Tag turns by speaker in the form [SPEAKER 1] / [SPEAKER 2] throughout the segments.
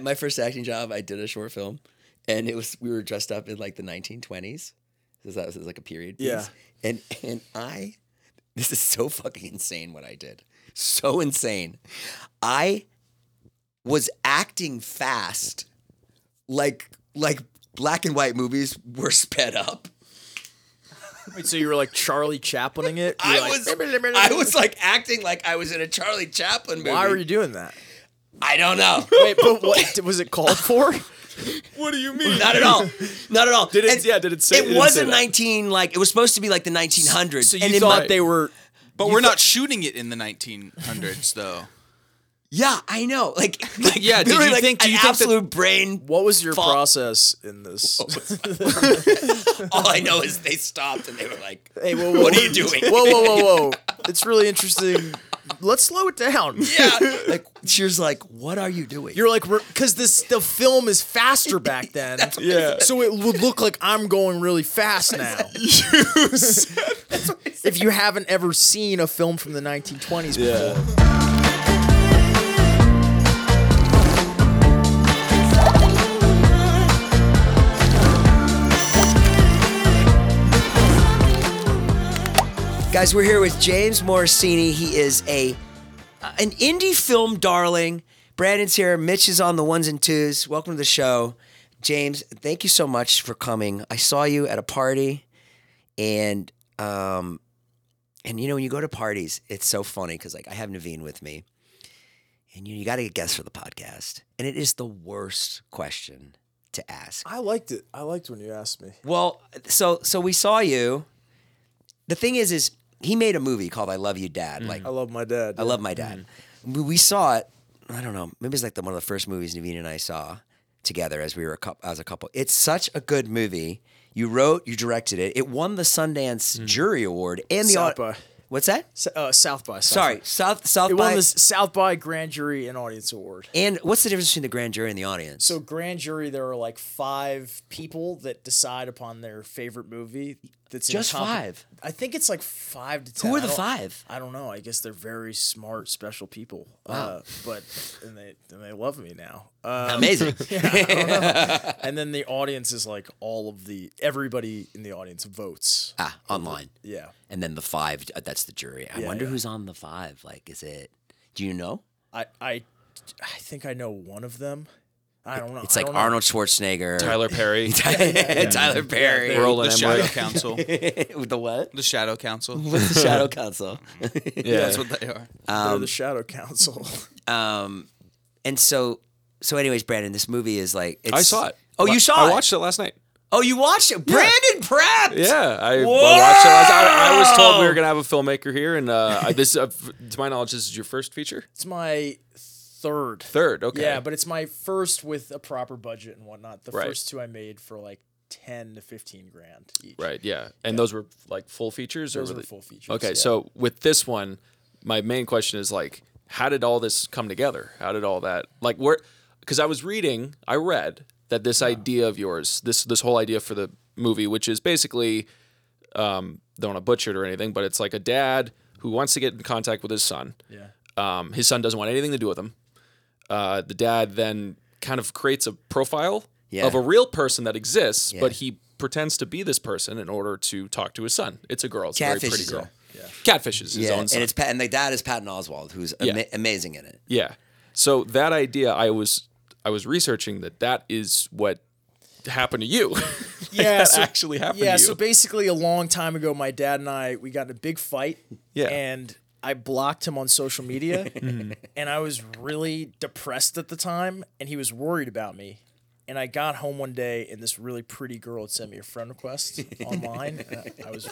[SPEAKER 1] My first acting job, I did a short film, and it was we were dressed up in like the 1920s, because that was like a period piece.
[SPEAKER 2] Yeah.
[SPEAKER 1] And and I, this is so fucking insane what I did, so insane. I was acting fast, like like black and white movies were sped up.
[SPEAKER 2] Wait, so you were like Charlie Chaplining it? You're
[SPEAKER 1] I
[SPEAKER 2] like,
[SPEAKER 1] was I was like acting like I was in a Charlie Chaplin movie.
[SPEAKER 2] Why were you doing that?
[SPEAKER 1] I don't know.
[SPEAKER 2] Wait, but what was it called for?
[SPEAKER 3] What do you mean?
[SPEAKER 1] Not at all. Not at all.
[SPEAKER 3] Did it- yeah, did it say- it
[SPEAKER 1] It
[SPEAKER 3] didn't say
[SPEAKER 1] wasn't
[SPEAKER 3] that.
[SPEAKER 1] 19 like it was supposed to be like the 1900s.
[SPEAKER 2] So you
[SPEAKER 1] and in
[SPEAKER 2] thought
[SPEAKER 1] my-
[SPEAKER 2] they were
[SPEAKER 3] But we're not shooting it in the 1900s, though.
[SPEAKER 1] Yeah, I know. Like, like
[SPEAKER 3] Yeah, did
[SPEAKER 1] literally,
[SPEAKER 3] you
[SPEAKER 1] like,
[SPEAKER 3] think- do
[SPEAKER 1] an
[SPEAKER 3] you think that-
[SPEAKER 1] absolute brain
[SPEAKER 2] what was your
[SPEAKER 1] Fuck.
[SPEAKER 2] process in this?
[SPEAKER 1] all I know is they stopped and they were like
[SPEAKER 2] Hey, whoa, whoa,
[SPEAKER 1] what are you doing?
[SPEAKER 2] Whoa, whoa, whoa, whoa. It's really interesting. Let's slow it down.
[SPEAKER 1] yeah. Like she was like, "What are you doing?"
[SPEAKER 2] You're like, because this the film is faster back then.
[SPEAKER 3] Yeah.
[SPEAKER 2] So it would look like I'm going really fast now. if you haven't ever seen a film from the 1920s before.
[SPEAKER 1] Guys, we're here with James Morosini. He is a uh, an indie film darling. Brandon's here. Mitch is on the ones and twos. Welcome to the show, James. Thank you so much for coming. I saw you at a party, and um, and you know when you go to parties, it's so funny because like I have Naveen with me, and you you got to get guests for the podcast, and it is the worst question to ask.
[SPEAKER 2] I liked it. I liked when you asked me.
[SPEAKER 1] Well, so so we saw you. The thing is, is he made a movie called "I Love You, Dad." Like
[SPEAKER 2] I love my dad.
[SPEAKER 1] I love my dad.
[SPEAKER 2] Mm.
[SPEAKER 1] We We saw it. I don't know. Maybe it's like the one of the first movies Naveen and I saw together as we were a couple, as a couple. It's such a good movie. You wrote, you directed it. It won the Sundance
[SPEAKER 2] Mm.
[SPEAKER 1] Jury Award and the au-
[SPEAKER 2] South by.
[SPEAKER 1] What's that?
[SPEAKER 2] S- uh, South by. South
[SPEAKER 1] Sorry,
[SPEAKER 2] By.
[SPEAKER 1] South South
[SPEAKER 2] It
[SPEAKER 1] by.
[SPEAKER 2] won the S- South by Grand Jury and Audience Award.
[SPEAKER 1] and what's the difference between the grand jury and the audience?
[SPEAKER 2] So grand jury, there are like five people that decide upon their favorite movie. That's in
[SPEAKER 1] Just
[SPEAKER 2] comp-
[SPEAKER 1] five?
[SPEAKER 2] I think it's like five to ten.
[SPEAKER 1] Who are
[SPEAKER 2] I
[SPEAKER 1] the
[SPEAKER 2] don't-
[SPEAKER 1] five?
[SPEAKER 2] I don't know. I guess they're very smart, special people. Uh, but and they and they love me now. Um,
[SPEAKER 1] Amazing.
[SPEAKER 2] and then the audience is like all of the everybody in the audience votes.
[SPEAKER 1] ah, online.
[SPEAKER 2] Yeah,
[SPEAKER 1] And then the five. uh, That's the jury. I
[SPEAKER 2] Yeah,
[SPEAKER 1] wonder
[SPEAKER 2] yeah.
[SPEAKER 1] who's on the five. Like, is it? Do you know?
[SPEAKER 2] I I I think I know one of them. I don't know.
[SPEAKER 1] It's
[SPEAKER 2] I
[SPEAKER 1] like
[SPEAKER 2] don't know.
[SPEAKER 1] Arnold Schwarzenegger,
[SPEAKER 4] Tyler Perry,
[SPEAKER 1] Tyler Perry,
[SPEAKER 4] Roland
[SPEAKER 3] the Shadow
[SPEAKER 4] Emmerich.
[SPEAKER 3] Council.
[SPEAKER 1] with the what?
[SPEAKER 3] The Shadow Council.
[SPEAKER 1] With the Shadow Council.
[SPEAKER 3] Yeah, that's what they are.
[SPEAKER 4] Uh,
[SPEAKER 2] They're the Shadow Council.
[SPEAKER 1] Um, and so, so, anyways, Brandon, this movie is like it's,
[SPEAKER 4] I saw it.
[SPEAKER 1] Oh, you saw
[SPEAKER 4] I
[SPEAKER 1] it.
[SPEAKER 4] watched it last night.
[SPEAKER 1] Oh, you watched it. Brandon prepped.
[SPEAKER 4] Yeah, I, I
[SPEAKER 1] Whoa!
[SPEAKER 4] watched it last night. I, I was told we were gonna have a filmmaker here, and uh, I- this, uh, f- to my knowledge, this is your first feature.
[SPEAKER 2] it's my third.
[SPEAKER 4] Third, okay.
[SPEAKER 2] Yeah, but it's my first with a proper budget and whatnot. The
[SPEAKER 4] Right.
[SPEAKER 2] first two I made for like ten to fifteen grand each.
[SPEAKER 4] right, yeah. And those were like full features,
[SPEAKER 2] Those
[SPEAKER 4] or
[SPEAKER 2] were
[SPEAKER 4] were they-
[SPEAKER 2] full features.
[SPEAKER 4] Okay,
[SPEAKER 2] yeah.
[SPEAKER 4] so with this one, my main question is like, how did all this come together? How did all that like where? Because I was reading, I read that this idea of yours, this this whole idea for the movie, which is basically, um, don't want to butcher it or anything, but it's like a dad who wants to get in contact with his son.
[SPEAKER 2] Yeah.
[SPEAKER 4] Um, his son doesn't want anything to do with him. Uh, the dad then kind of creates a profile
[SPEAKER 1] Yeah.
[SPEAKER 4] of a real person that exists,
[SPEAKER 1] Yeah.
[SPEAKER 4] but he pretends to be this person in order to talk to his son. It's a girl. It's a very
[SPEAKER 1] Catfishes
[SPEAKER 4] pretty girl.
[SPEAKER 1] him.
[SPEAKER 4] Catfish is his
[SPEAKER 1] Yeah,
[SPEAKER 4] own
[SPEAKER 1] and
[SPEAKER 4] son.
[SPEAKER 1] it's Pat, and the dad is Patton Oswald, who's ama-
[SPEAKER 4] Yeah.
[SPEAKER 1] amazing in it.
[SPEAKER 4] yeah. So that idea, I was I was researching that that is what happened to you. Like,
[SPEAKER 2] Yeah,
[SPEAKER 4] that
[SPEAKER 2] so-
[SPEAKER 4] actually happened
[SPEAKER 2] Yeah,
[SPEAKER 4] to you.
[SPEAKER 2] so basically a long time ago, my dad and I we got in a big fight.
[SPEAKER 4] Yeah. Mm-hmm.
[SPEAKER 2] And I blocked him on social media and I was really depressed at the time and he was worried about me. And I got home one day and this really pretty girl had sent me a friend request online. and I- I was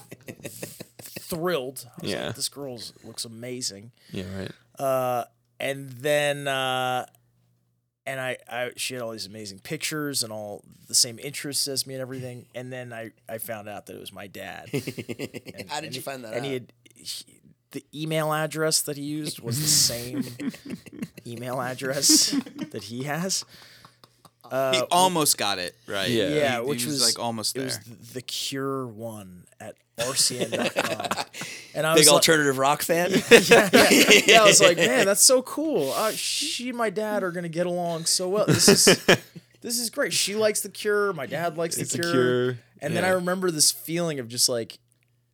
[SPEAKER 2] thrilled. I was
[SPEAKER 4] Yeah.
[SPEAKER 2] like, this girl looks amazing.
[SPEAKER 4] yeah, right.
[SPEAKER 2] Uh, and then uh and I, I she had all these amazing pictures and all the same interests as me and everything and then i i found out that it was my dad and,
[SPEAKER 1] How did
[SPEAKER 2] and
[SPEAKER 1] you
[SPEAKER 2] he-
[SPEAKER 1] find that
[SPEAKER 2] and he
[SPEAKER 1] out?
[SPEAKER 2] had he- the email address that he used was the same email address that he has
[SPEAKER 3] he almost got it right.
[SPEAKER 4] Yeah.
[SPEAKER 3] He-
[SPEAKER 2] Yeah,
[SPEAKER 3] he,
[SPEAKER 2] which
[SPEAKER 3] was,
[SPEAKER 2] was
[SPEAKER 3] like almost
[SPEAKER 2] It
[SPEAKER 3] there.
[SPEAKER 2] was the Cure one at RCN.com, and I
[SPEAKER 1] Big
[SPEAKER 2] was like,
[SPEAKER 1] alternative rock fan.
[SPEAKER 2] yeah, I was like, man, that's so cool. Uh, she and my dad are gonna get along so well. This is this is great. She likes the Cure. My dad likes the
[SPEAKER 4] It's
[SPEAKER 2] Cure.
[SPEAKER 4] The Cure,
[SPEAKER 2] And then I
[SPEAKER 4] yeah.
[SPEAKER 2] remember this feeling of just like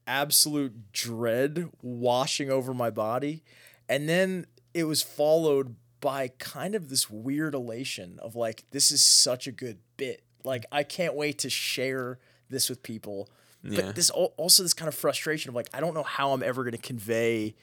[SPEAKER 2] absolute dread washing over my body, and then it was followed by kind of this weird elation of like, this is such a good bit. Like I can't wait to share this with people.
[SPEAKER 4] Yeah.
[SPEAKER 2] But this al- also this kind of frustration of like I don't know how I'm ever going to convey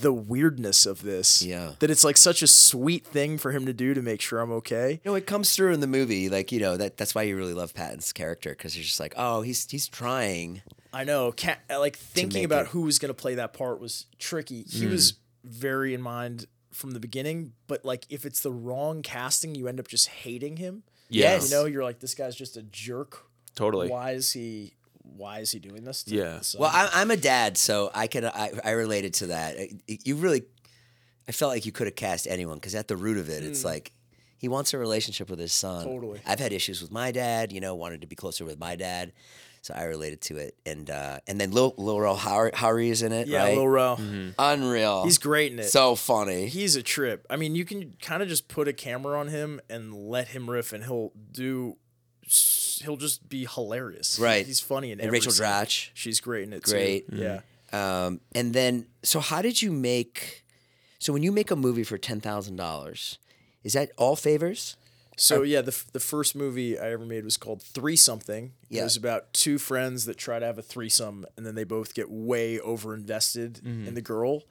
[SPEAKER 2] the weirdness of this.
[SPEAKER 1] Yeah.
[SPEAKER 2] That it's like such a sweet thing for him to do to make sure I'm okay.
[SPEAKER 1] You know, it comes through in the movie. Like, you know, that that's why you really love Patton's character because you're just like, oh, he's he's trying.
[SPEAKER 2] I know. Ca like thinking
[SPEAKER 1] make
[SPEAKER 2] about
[SPEAKER 1] it. Mm.
[SPEAKER 2] who was going to play that part was tricky. He was very in mind from the beginning, but like if it's the wrong casting, you end up just hating him.
[SPEAKER 4] Yeah.
[SPEAKER 2] You know, you're like this guy's just a jerk.
[SPEAKER 4] Totally.
[SPEAKER 2] Why is he why is he doing this? to
[SPEAKER 4] Yeah.
[SPEAKER 2] his son?
[SPEAKER 1] Well, I, I'm a dad, so I can I, I related to that. I- You really, I felt like you could have cast anyone because at the root of it, it's like he wants a relationship with his son.
[SPEAKER 2] Hmm. Totally.
[SPEAKER 1] I've had issues with my dad. You know, wanted to be closer with my dad, so I related to it. And uh, and then Lil Lil Rel Howery Howery is in it.
[SPEAKER 2] yeah,
[SPEAKER 1] right?
[SPEAKER 2] Lil Row.
[SPEAKER 1] unreal.
[SPEAKER 2] He's great in it.
[SPEAKER 1] So funny.
[SPEAKER 2] he's a trip. I mean, you can kind of just put a camera on him and let him riff, and he'll do. He'll just be hilarious.
[SPEAKER 1] Right.
[SPEAKER 2] He's funny in
[SPEAKER 1] and
[SPEAKER 2] every
[SPEAKER 1] Rachel
[SPEAKER 2] scene.
[SPEAKER 1] Dratch.
[SPEAKER 2] She's great in it.
[SPEAKER 1] Great.
[SPEAKER 2] Too. Yeah.
[SPEAKER 1] Um, and then, so how did you make? So when you make a movie for ten thousand dollars, is that all favors?
[SPEAKER 2] So yeah, the f- the first movie I ever made was called Three Something.
[SPEAKER 1] Yeah.
[SPEAKER 2] It was about two friends that try to have a threesome, and then they both get way over invested
[SPEAKER 4] Mm-hmm.
[SPEAKER 2] in the girl,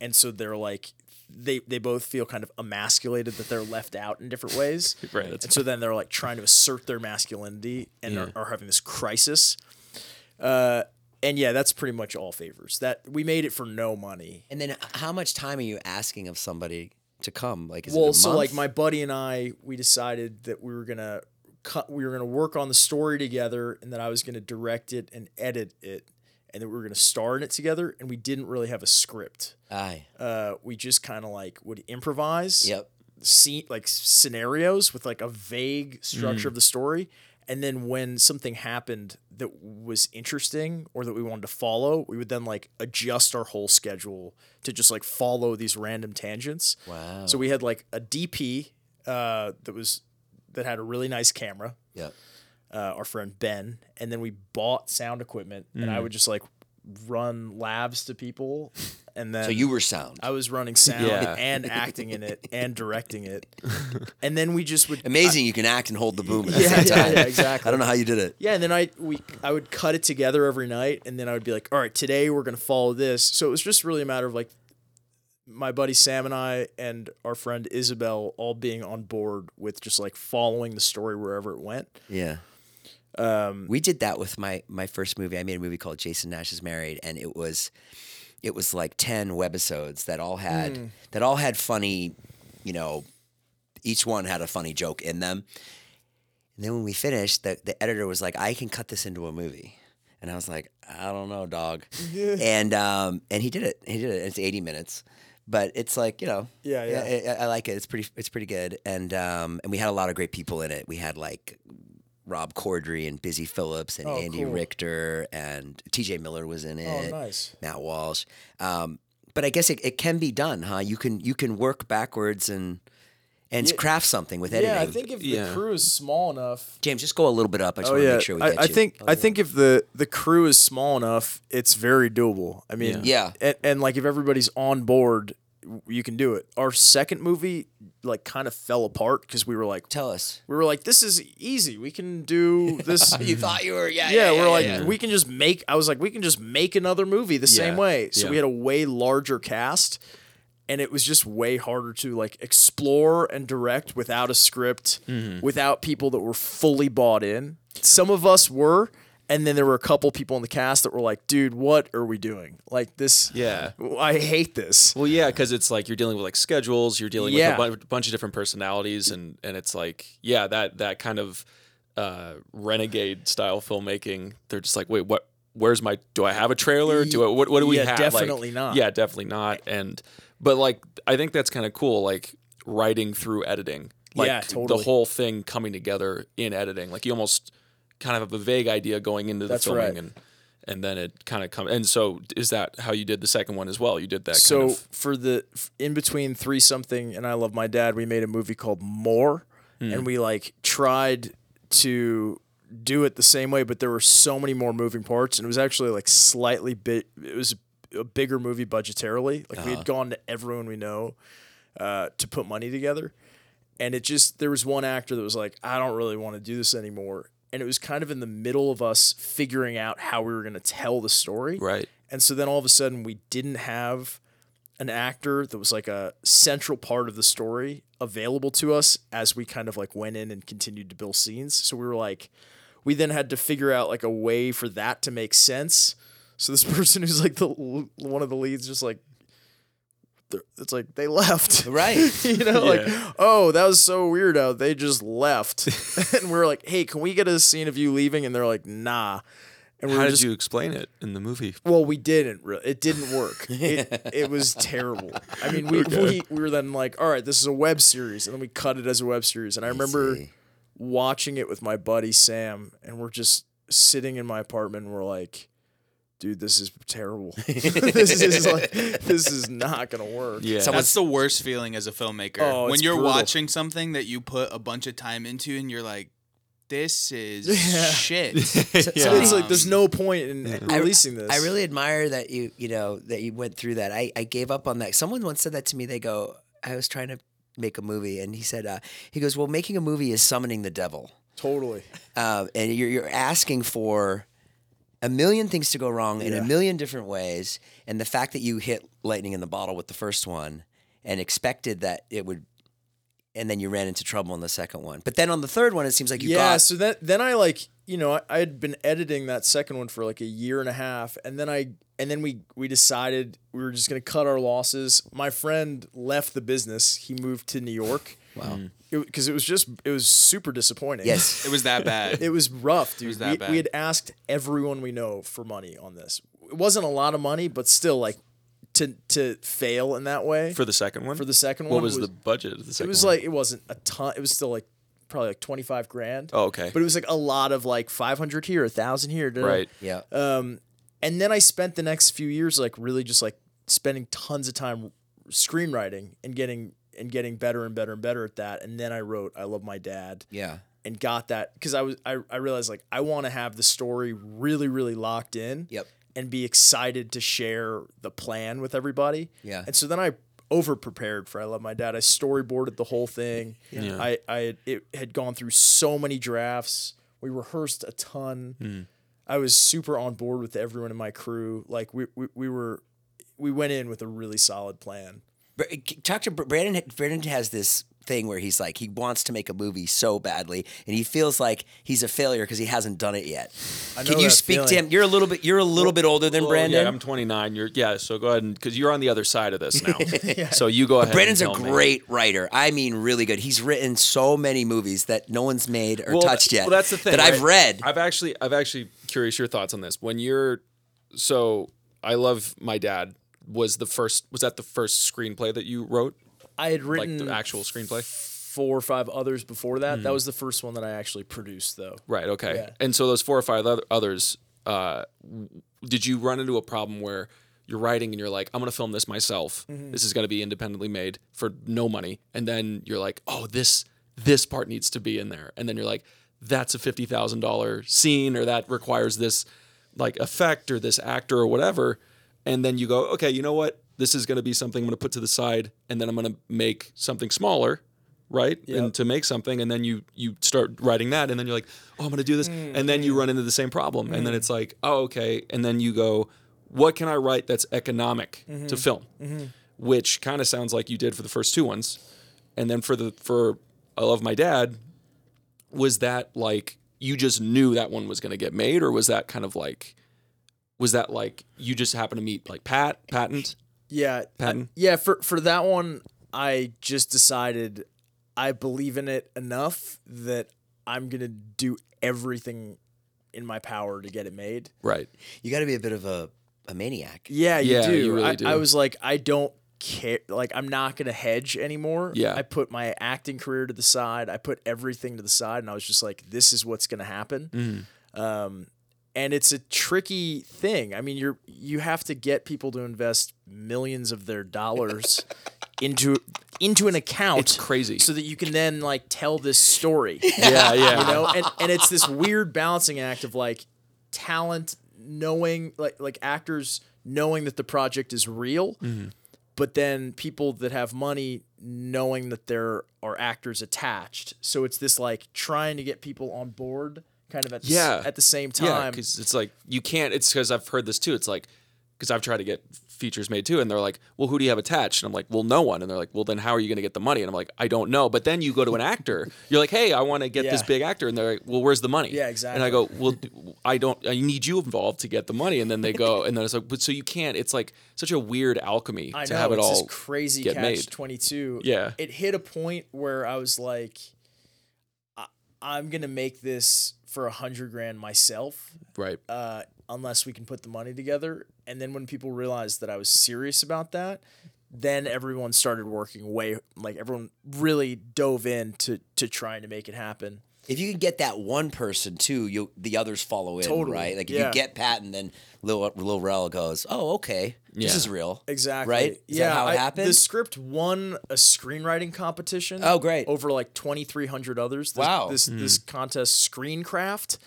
[SPEAKER 2] and so they're like. They, they both feel kind of emasculated that they're left out in different ways.
[SPEAKER 4] Right, that's
[SPEAKER 2] And so then they're like trying to assert their masculinity and are, are having this crisis. Uh, and yeah, that's pretty much all favors. That we made it for no money.
[SPEAKER 1] And then, how much time are you asking of somebody to come? Like, is it
[SPEAKER 2] well
[SPEAKER 1] a
[SPEAKER 2] so like
[SPEAKER 1] month?
[SPEAKER 2] my buddy and i we decided that we were gonna cut we were gonna work on the story together and that i was gonna direct it and edit it and that we were gonna star in it together and we didn't really have a script
[SPEAKER 1] Aye.
[SPEAKER 2] uh, we just kind of like would improvise
[SPEAKER 1] Yep.
[SPEAKER 2] scene like scenarios with like a vague structure
[SPEAKER 1] Mm.
[SPEAKER 2] of the story and then when something happened that was interesting or that we wanted to follow we would then like adjust our whole schedule to just like follow these random tangents
[SPEAKER 1] Wow.
[SPEAKER 2] so we had like a dp uh, that was that had a really nice camera
[SPEAKER 1] Yep.
[SPEAKER 2] uh, our friend Ben, and then we bought sound equipment, and
[SPEAKER 1] Mm.
[SPEAKER 2] I would just like run labs to people, and then
[SPEAKER 1] So you were sound.
[SPEAKER 2] I was running sound
[SPEAKER 4] Yeah.
[SPEAKER 2] and acting in it and directing it, and then we just would
[SPEAKER 1] Amazing, you can act and hold the boom at the
[SPEAKER 2] Yeah,
[SPEAKER 1] same
[SPEAKER 2] yeah,
[SPEAKER 1] time.
[SPEAKER 2] yeah, exactly.
[SPEAKER 1] I don't know how you did it.
[SPEAKER 2] Yeah, and then I we I would cut it together every night, and then I would be like, all right, today we're gonna follow this. So it was just really a matter of like my buddy Sam and I and our friend Isabel all being on board with just like following the story wherever it went.
[SPEAKER 1] Yeah. Um, we did that with my my first movie. I made a movie called Jason Nash is Married, and it was it was like ten webisodes that all had
[SPEAKER 2] Hmm.
[SPEAKER 1] that all had funny, you know, each one had a funny joke in them. And then when we finished, the, the editor was like, I can cut this into a movie. And I was like, I don't know, dog. and um, and he did it. He did it. It's 80 minutes. But it's like, you know,
[SPEAKER 2] Yeah, yeah.
[SPEAKER 1] I, I- I like it. It's pretty it's pretty good. And um, and we had a lot of great people in it. We had like Rob Corddry and Busy Phillips and
[SPEAKER 2] Oh,
[SPEAKER 1] Andy
[SPEAKER 2] cool. Oh,
[SPEAKER 1] Richter and TJ Miller was in it.
[SPEAKER 2] nice.
[SPEAKER 1] Matt Walsh. Um, but I guess it, it can be done, huh? You can you can work backwards and and craft something with editing.
[SPEAKER 2] Yeah, I think if the
[SPEAKER 4] Yeah.
[SPEAKER 2] crew is small enough,
[SPEAKER 1] James, just go a little bit up. I just want to make sure we
[SPEAKER 2] Oh, I,
[SPEAKER 1] get
[SPEAKER 2] I
[SPEAKER 1] you.
[SPEAKER 2] think I think if the the crew is small enough, it's very doable. I mean,
[SPEAKER 1] Yeah.
[SPEAKER 2] and, and like if everybody's on board, w- you can do it. Our second movie like kind of fell apart because we were like
[SPEAKER 1] Tell us.
[SPEAKER 2] we were like this is easy. We can do this.
[SPEAKER 1] You thought you were, yeah.
[SPEAKER 2] Yeah, we're like we can just make. I was like, we can just make another movie the same
[SPEAKER 4] Yeah,
[SPEAKER 2] way. So
[SPEAKER 4] yeah.
[SPEAKER 2] we had a way larger cast, and it was just way harder to like explore and direct without a script, without people that were fully bought in. Some of us were, and then there were a couple people in the cast that were like, "Dude, what are we doing? Like this?
[SPEAKER 4] Yeah.
[SPEAKER 2] I hate this."
[SPEAKER 4] Well, yeah, because it's like you're dealing with like schedules, you're dealing
[SPEAKER 2] Yeah.
[SPEAKER 4] with a bu- bunch of different personalities, and and it's like yeah, that that kind of uh, renegade style filmmaking. They're just like, wait, what? Where's my? Do I have a trailer? Do I? What? What do we
[SPEAKER 2] Yeah,
[SPEAKER 4] have?
[SPEAKER 2] definitely
[SPEAKER 4] like,
[SPEAKER 2] not.
[SPEAKER 4] Yeah, definitely not. And but like I think that's kind of cool, like writing through editing. like
[SPEAKER 2] Yeah,
[SPEAKER 4] the
[SPEAKER 2] totally.
[SPEAKER 4] whole thing coming together in editing. Like you almost kind of have a vague idea going into the
[SPEAKER 2] That's
[SPEAKER 4] filming
[SPEAKER 2] right.
[SPEAKER 4] and and then it kind of comes. And so is that how you did the second one as well? You did that
[SPEAKER 2] so
[SPEAKER 4] kind of
[SPEAKER 2] for the f- in between three something and I love my dad, we made a movie called More,
[SPEAKER 4] Hmm.
[SPEAKER 2] and we like tried to do it the same way, but there were so many more moving parts, and it was actually like slightly bit. It was a bigger movie budgetarily. Like
[SPEAKER 4] Uh-huh.
[SPEAKER 2] we had gone to everyone we know uh, to put money together, and it just there was one actor that was like, I don't really want to do this anymore. And it was kind of in the middle of us figuring out how we were going to tell the story.
[SPEAKER 4] right.
[SPEAKER 2] And so then all of a sudden we didn't have an actor that was like a central part of the story available to us as we kind of like went in and continued to build scenes. So we were like we then had to figure out like a way for that to make sense. So this person who's like the one of the leads just like they're- it's like they left.
[SPEAKER 1] Right.
[SPEAKER 2] you know, like, oh, that was so weird out. They just left. and we were like, hey, can we get a scene of you leaving? And they're like, nah. And we
[SPEAKER 4] How
[SPEAKER 2] were
[SPEAKER 4] did
[SPEAKER 2] just
[SPEAKER 4] you explain it in the movie?
[SPEAKER 2] well, we didn't. Re- it didn't work. It, it was terrible. I mean, we, we we were then like, all right, this is a web series, and then we cut it as a web series. And I remember
[SPEAKER 1] see.
[SPEAKER 2] watching it with my buddy Sam, and we're just sitting in my apartment. and We're like, dude, this is terrible. this is like, this is not gonna work.
[SPEAKER 4] Yeah.
[SPEAKER 3] That's the worst feeling as a filmmaker
[SPEAKER 2] Oh,
[SPEAKER 3] when
[SPEAKER 2] it's
[SPEAKER 3] you're
[SPEAKER 2] brutal.
[SPEAKER 3] watching something that you put a bunch of time into and you're like, "This is
[SPEAKER 2] Yeah.
[SPEAKER 3] shit."
[SPEAKER 2] So it's like
[SPEAKER 3] Um,
[SPEAKER 2] there's no point in releasing this.
[SPEAKER 1] I really admire that you you know that you went through that. I, I gave up on that. Someone once said that to me. They go, I was trying to make a movie, and he said, uh, he goes, well, making a movie is summoning the devil,
[SPEAKER 2] totally.
[SPEAKER 1] uh, and you're you're asking for a million things to go wrong in a
[SPEAKER 2] Yeah.
[SPEAKER 1] million different ways, and the fact that you hit lightning in the bottle with the first one and expected that it would. And then you ran into trouble on the second one, but then on the third one, it seems like you
[SPEAKER 2] yeah,
[SPEAKER 1] got
[SPEAKER 2] so that then I like you know I, I had been editing that second one for like a year and a half, and then I and then we we decided we were just gonna cut our losses. My friend left the business; he moved to New York. Wow, because it, was just it was super disappointing.
[SPEAKER 1] yes,
[SPEAKER 3] it was that bad.
[SPEAKER 2] it was rough, dude.
[SPEAKER 3] that
[SPEAKER 2] we,
[SPEAKER 3] bad.
[SPEAKER 2] we had asked everyone we know for money on this. It wasn't a lot of money, but still like to to fail in that way
[SPEAKER 4] for the second one?
[SPEAKER 2] for the second
[SPEAKER 4] what
[SPEAKER 2] one
[SPEAKER 4] was, the budget of the second
[SPEAKER 2] it was
[SPEAKER 4] one?
[SPEAKER 2] like it wasn't a ton. It was still like probably like twenty five grand.
[SPEAKER 4] Oh, okay.
[SPEAKER 2] But it was like a lot of like five hundred here, a thousand here, da- da- da.
[SPEAKER 4] Right.
[SPEAKER 1] yeah.
[SPEAKER 2] And then I spent the next few years like really just like spending tons of time screenwriting and getting and getting better and better and better at that. And then I wrote "I Love My Dad."
[SPEAKER 1] yeah.
[SPEAKER 2] And got that because I was I, I realized like I want to have the story really really locked in.
[SPEAKER 1] Yep.
[SPEAKER 2] And be excited to share the plan with everybody.
[SPEAKER 1] Yeah.
[SPEAKER 2] And so then I over prepared for I Love My Dad. I storyboarded the whole thing.
[SPEAKER 4] Yeah.
[SPEAKER 2] I, I it had gone through so many drafts. We rehearsed a ton. I was super on board with everyone in my crew. Like we, we, we were we went in with a really solid plan.
[SPEAKER 1] Br- eh, Talk to Br- Brandon. Brandon has this thing where he's like he wants to make a movie so badly, and he feels like he's a failure because he hasn't done it yet.
[SPEAKER 2] I
[SPEAKER 1] Can
[SPEAKER 2] know
[SPEAKER 1] you
[SPEAKER 2] that
[SPEAKER 1] speak to
[SPEAKER 2] feeling.
[SPEAKER 1] him? You're a little bit. You're a little bit older than
[SPEAKER 4] Well,
[SPEAKER 1] Brandon.
[SPEAKER 4] Yeah, I'm 29. You're yeah. So go ahead and because you're on the other side of this now. So you go ahead.
[SPEAKER 1] Brandon's a
[SPEAKER 4] and tell me.
[SPEAKER 1] great writer. I mean, really good. He's written so many movies that no one's made or touched yet.
[SPEAKER 4] Well, that's the thing
[SPEAKER 1] that I've
[SPEAKER 4] right?
[SPEAKER 1] read.
[SPEAKER 4] I've actually, I've actually curious your thoughts on this. When you're, so I love my dad was the first. Was that the first screenplay that you wrote,
[SPEAKER 2] I had
[SPEAKER 4] like
[SPEAKER 2] written
[SPEAKER 4] the actual screenplay?
[SPEAKER 2] four or five others before that. That was the first one that I actually produced though.
[SPEAKER 4] Right. Okay.
[SPEAKER 2] Yeah.
[SPEAKER 4] And so those four or five other, others. Uh, w- did you run into a problem where you're writing and you're like, I'm gonna film this myself. This is gonna be independently made for no money, and then you're like, oh, this this part needs to be in there, and then you're like, that's a fifty thousand dollar scene, or that requires this like effect or this actor or whatever, and then you go, okay, you know what? This is gonna be something I'm gonna put to the side, and then I'm gonna make something smaller right and to make something and then you you start writing that and then you're like oh i'm going to do this and then
[SPEAKER 2] Mm.
[SPEAKER 4] you run into the same problem and then it's like oh okay and then you go what can i write that's economic
[SPEAKER 2] Mm-hmm.
[SPEAKER 4] to film which kind of sounds like you did for the first two ones and then for the for i love my dad was that like you just knew that one was going to get made or was that kind of like was that like you just happened to meet like pat patent
[SPEAKER 2] Yeah. I-
[SPEAKER 4] Patton?
[SPEAKER 2] yeah, for for that one, I just decided I believe in it enough that I'm gonna do everything in my power to get it made.
[SPEAKER 4] right
[SPEAKER 1] you got to be a bit of a, a maniac.
[SPEAKER 2] Yeah, you
[SPEAKER 4] Yeah,
[SPEAKER 2] do.
[SPEAKER 4] you really
[SPEAKER 2] I,
[SPEAKER 4] do.
[SPEAKER 2] I was like, I don't care. Like I'm not gonna hedge anymore.
[SPEAKER 4] Yeah.
[SPEAKER 2] I put my acting career to the side. I put everything to the side, and I was just like, this is what's gonna happen.
[SPEAKER 4] Mm.
[SPEAKER 2] Um, and it's a tricky thing. I mean, you're you have to get people to invest millions of their dollars into into an account.
[SPEAKER 4] It's crazy.
[SPEAKER 2] So that you can then like tell this story
[SPEAKER 4] yeah, yeah.
[SPEAKER 2] you know and, and it's this weird balancing act of like talent knowing like like actors knowing that the project is real
[SPEAKER 4] Mm-hmm.
[SPEAKER 2] but then people that have money knowing that there are actors attached so it's this like trying to get people on board kind of at the, s-
[SPEAKER 4] Yeah.
[SPEAKER 2] at the same
[SPEAKER 4] Yeah,
[SPEAKER 2] time
[SPEAKER 4] because it's like you can't. It's because I've heard this too. It's like because I've tried to get features made too, and they're like, "Well, who do you have attached?" And I'm like, "Well, no one." And they're like, "Well, then how are you going to get the money?" And I'm like, "I don't know." But then you go to an actor, you're like, "Hey, I want to get this
[SPEAKER 2] Yeah.
[SPEAKER 4] big actor," and they're like, "Well, where's the money?"
[SPEAKER 2] Yeah,
[SPEAKER 4] And I
[SPEAKER 2] exactly.
[SPEAKER 4] go, "Well, d- I don't. I need you involved to get the money." And then they go, and then it's like, "But so you can't." It's like such a weird alchemy
[SPEAKER 2] I
[SPEAKER 4] to
[SPEAKER 2] know,
[SPEAKER 4] have it
[SPEAKER 2] it's
[SPEAKER 4] all
[SPEAKER 2] this crazy
[SPEAKER 4] get
[SPEAKER 2] catch
[SPEAKER 4] made.
[SPEAKER 2] 22.
[SPEAKER 4] Yeah.
[SPEAKER 2] It hit a point where I was like I, I'm going to make this for a 100 grand myself
[SPEAKER 4] right.
[SPEAKER 2] uh, unless we can put the money together. And then when people realized that I was serious about that, then everyone started working way like everyone really dove in to to trying to make it happen.
[SPEAKER 1] If you can get that one person too, you the others follow in,
[SPEAKER 2] Totally,
[SPEAKER 1] right? Like if
[SPEAKER 2] yeah.
[SPEAKER 1] you get Patton, then Lil Lil Rel goes, "Oh, okay, this
[SPEAKER 4] Yeah.
[SPEAKER 1] is real."
[SPEAKER 2] Exactly.
[SPEAKER 1] Right? Is that
[SPEAKER 2] yeah.
[SPEAKER 1] how it
[SPEAKER 2] I-
[SPEAKER 1] happened?
[SPEAKER 2] The script won a screenwriting competition.
[SPEAKER 1] Oh, great.
[SPEAKER 2] Over like twenty three hundred others. This,
[SPEAKER 1] Wow.
[SPEAKER 2] This this contest, Screencraft,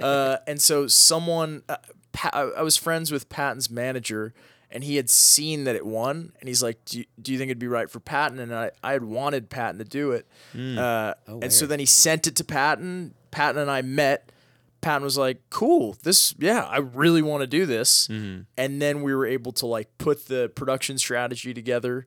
[SPEAKER 2] uh, and so someone, uh, Pat, I, I was friends with Patton's manager. And he had seen that it won, and he's like, "Do you, do you think it'd be right for Patton?" And I, I had wanted Patton to do it,
[SPEAKER 1] Hmm.
[SPEAKER 2] uh,
[SPEAKER 1] Oh,
[SPEAKER 2] and so then he sent it to Patton. Patton and I met, Patton was like, "Cool, this, yeah, I really want to do this."
[SPEAKER 4] Mm-hmm.
[SPEAKER 2] And then we were able to like put the production strategy together,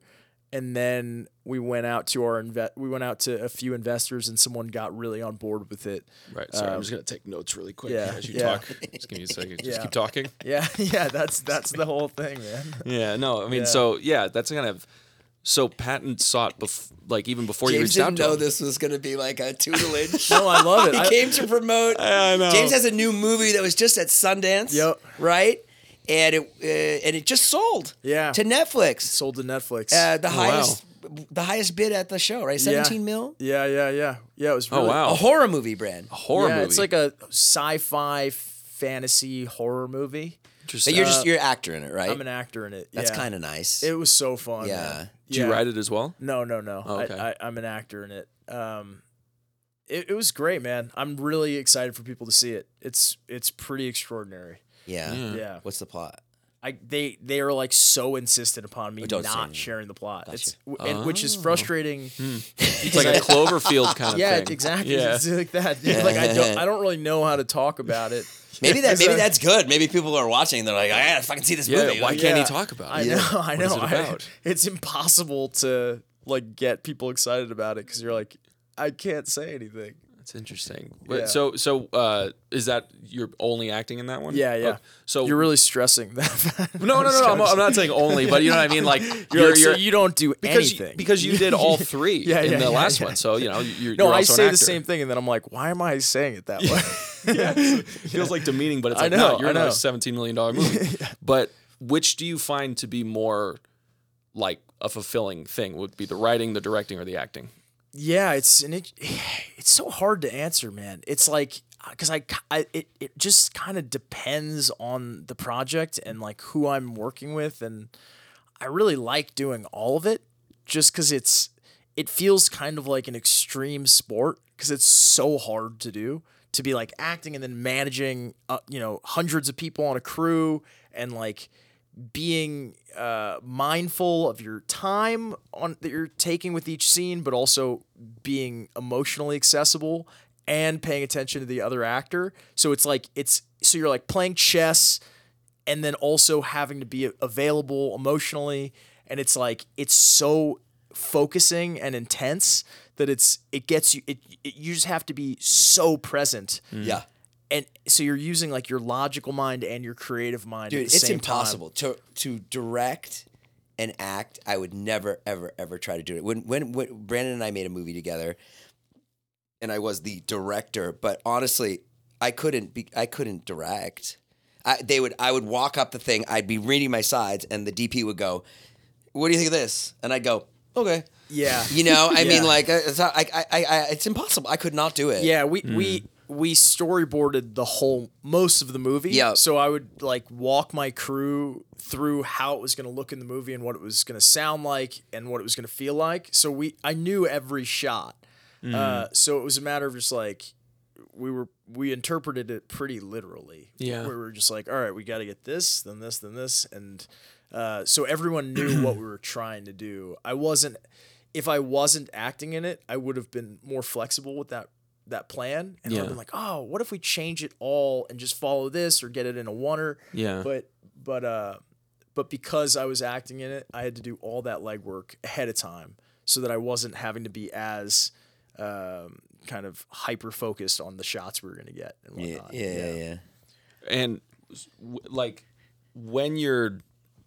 [SPEAKER 2] and then we went out to our inve- we went out to a few investors, and someone got really on board with it.
[SPEAKER 4] Right. Sorry, I'm just gonna take notes really quick
[SPEAKER 2] Um, yeah,
[SPEAKER 4] as you
[SPEAKER 2] yeah.
[SPEAKER 4] talk. Just give me a second. Just
[SPEAKER 2] Yeah.
[SPEAKER 4] keep talking.
[SPEAKER 2] Yeah, yeah, that's that's the whole thing, man.
[SPEAKER 4] Yeah, no, I mean, so yeah, that's kind of so Patton sought bef- like even before you
[SPEAKER 1] James
[SPEAKER 4] reached out
[SPEAKER 1] didn't
[SPEAKER 4] to
[SPEAKER 1] know
[SPEAKER 4] him.
[SPEAKER 1] this was going to be like a tutelage.
[SPEAKER 2] No, I love it.
[SPEAKER 1] he
[SPEAKER 2] I-
[SPEAKER 1] came to promote.
[SPEAKER 4] I know.
[SPEAKER 1] James has a new movie that was just at Sundance.
[SPEAKER 2] Yep.
[SPEAKER 1] Right, and it uh, and it just sold.
[SPEAKER 2] Yeah.
[SPEAKER 1] To Netflix,
[SPEAKER 2] sold to Netflix.
[SPEAKER 1] uh, the
[SPEAKER 4] wow.
[SPEAKER 1] highest the highest bid at the show. Right,
[SPEAKER 2] Yeah.
[SPEAKER 1] seventeen mil. Oh,
[SPEAKER 2] Yeah, yeah, yeah, yeah. It was
[SPEAKER 4] Oh,
[SPEAKER 2] really,
[SPEAKER 4] wow.
[SPEAKER 1] A horror movie brand.
[SPEAKER 4] horror
[SPEAKER 2] yeah,
[SPEAKER 4] movie.
[SPEAKER 2] it's like a sci-fi fantasy horror movie.
[SPEAKER 1] But
[SPEAKER 4] interesting.
[SPEAKER 1] you're just you're an actor in it, right?
[SPEAKER 2] I'm an actor in it.
[SPEAKER 1] That's
[SPEAKER 2] yeah.
[SPEAKER 1] kind of nice.
[SPEAKER 2] It was so fun.
[SPEAKER 1] Yeah.
[SPEAKER 2] man.
[SPEAKER 4] Did you write it as well?
[SPEAKER 2] No, no, no.
[SPEAKER 4] Oh, okay.
[SPEAKER 2] I, I, I'm an actor in it. Um, it, it was great, man. I'm really excited for people to see it. It's it's pretty extraordinary.
[SPEAKER 1] yeah.
[SPEAKER 4] Hmm.
[SPEAKER 2] Yeah,
[SPEAKER 1] What's the plot?
[SPEAKER 2] I they they are like so insistent upon me
[SPEAKER 1] Oh, don't say
[SPEAKER 2] not
[SPEAKER 1] anything.
[SPEAKER 2] sharing the plot. It's w- and, which
[SPEAKER 4] Oh.
[SPEAKER 2] is frustrating.
[SPEAKER 4] It's like a Cloverfield kind of
[SPEAKER 2] Yeah,
[SPEAKER 4] thing.
[SPEAKER 2] exactly.
[SPEAKER 4] Hmm. Yeah.
[SPEAKER 2] It's like that. like I don't I don't really know how to talk about it.
[SPEAKER 1] Maybe that
[SPEAKER 2] So-
[SPEAKER 1] maybe that's good. Maybe people are watching. They're like, I gotta fucking see this
[SPEAKER 4] Yeah,
[SPEAKER 1] movie.
[SPEAKER 4] why
[SPEAKER 1] Like,
[SPEAKER 4] can't he talk about
[SPEAKER 2] I
[SPEAKER 4] it?
[SPEAKER 2] know, I know.
[SPEAKER 4] is it
[SPEAKER 2] I-
[SPEAKER 4] about?
[SPEAKER 2] it's impossible to like get people excited about it because you're like, I can't say anything.
[SPEAKER 4] It's interesting. But
[SPEAKER 2] Yeah.
[SPEAKER 4] so so uh is that you're only acting in that one?
[SPEAKER 2] Yeah, yeah.
[SPEAKER 4] Oh, so
[SPEAKER 2] You're really stressing that. fact.
[SPEAKER 4] No, no, no, no. I'm, I'm not saying only, but you know what I mean like you're,
[SPEAKER 2] You're, like, so
[SPEAKER 4] you're-
[SPEAKER 2] you don't do
[SPEAKER 4] because you,
[SPEAKER 2] anything
[SPEAKER 4] because you did all three
[SPEAKER 2] Yeah,
[SPEAKER 4] in
[SPEAKER 2] yeah,
[SPEAKER 4] the
[SPEAKER 2] yeah,
[SPEAKER 4] last
[SPEAKER 2] yeah.
[SPEAKER 4] one. So, you know, you're
[SPEAKER 2] No,
[SPEAKER 4] you're
[SPEAKER 2] I
[SPEAKER 4] also an
[SPEAKER 2] say the
[SPEAKER 4] actor.
[SPEAKER 2] same thing, and then I'm like, why am I saying it that way?
[SPEAKER 4] feels like demeaning, but it's
[SPEAKER 2] I
[SPEAKER 4] like,
[SPEAKER 2] know,
[SPEAKER 4] no, you're
[SPEAKER 2] I
[SPEAKER 4] in a
[SPEAKER 2] know.
[SPEAKER 4] $17 million movie. But which do you find to be more like a fulfilling thing? Would be the writing, the directing, or the acting?
[SPEAKER 2] yeah, it's and it, it's so hard to answer, man. It's like because I, ki- I it it just kind of depends on the project and like who I'm working with, and I really like doing all of it just because it's it feels kind of like an extreme sport because it's so hard to do to be like acting and then managing uh, you know hundreds of people on a crew and like being uh, mindful of your time on that you're taking with each scene but also being emotionally accessible and paying attention to the other actor so it's like it's so you're like playing chess and then also having to be available emotionally and it's like it's so focusing and intense that it's it gets you it, it you just have to be so present
[SPEAKER 1] Yeah,
[SPEAKER 2] and so you're using like your logical mind and your creative mind
[SPEAKER 1] dude,
[SPEAKER 2] at the
[SPEAKER 1] it's
[SPEAKER 2] same time.
[SPEAKER 1] impossible to to direct and act. I would never, ever, ever try to do it. When when when Brandon and I made a movie together, and I was the director, but honestly, I couldn't be. I couldn't direct. I, they would. I would walk up the thing. I'd be reading my sides, and the DP would go. what do you think of this? And I'd go, okay.
[SPEAKER 2] Yeah.
[SPEAKER 1] You know, I mean,
[SPEAKER 2] Yeah.
[SPEAKER 1] like, uh, it's, not- I, I, I, I- it's impossible. I could not do it.
[SPEAKER 2] Yeah, we we we storyboarded the whole most of the movie.
[SPEAKER 1] Yeah.
[SPEAKER 2] So I would like walk my crew through how it was going to look in the movie and what it was going to sound like and what it was going to feel like. So we I knew every shot. Uh, so it was a matter of just like we were we interpreted it pretty literally.
[SPEAKER 4] Yeah.
[SPEAKER 2] We were just like, all right, we got to get this, then this, then this, and uh, so everyone knew what we were trying to do. I wasn't. If I wasn't acting in it, I would have been more flexible with that that plan, and I've
[SPEAKER 4] Yeah.
[SPEAKER 2] been like, oh, what if we change it all and just follow this or get it in a oneer?
[SPEAKER 4] Yeah.
[SPEAKER 2] But but uh, but because I was acting in it, I had to do all that legwork ahead of time so that I wasn't having to be as um, kind of hyper focused on the shots we were going to get and
[SPEAKER 1] Yeah,
[SPEAKER 2] whatnot.
[SPEAKER 1] yeah, yeah. yeah.
[SPEAKER 4] and w- like when you're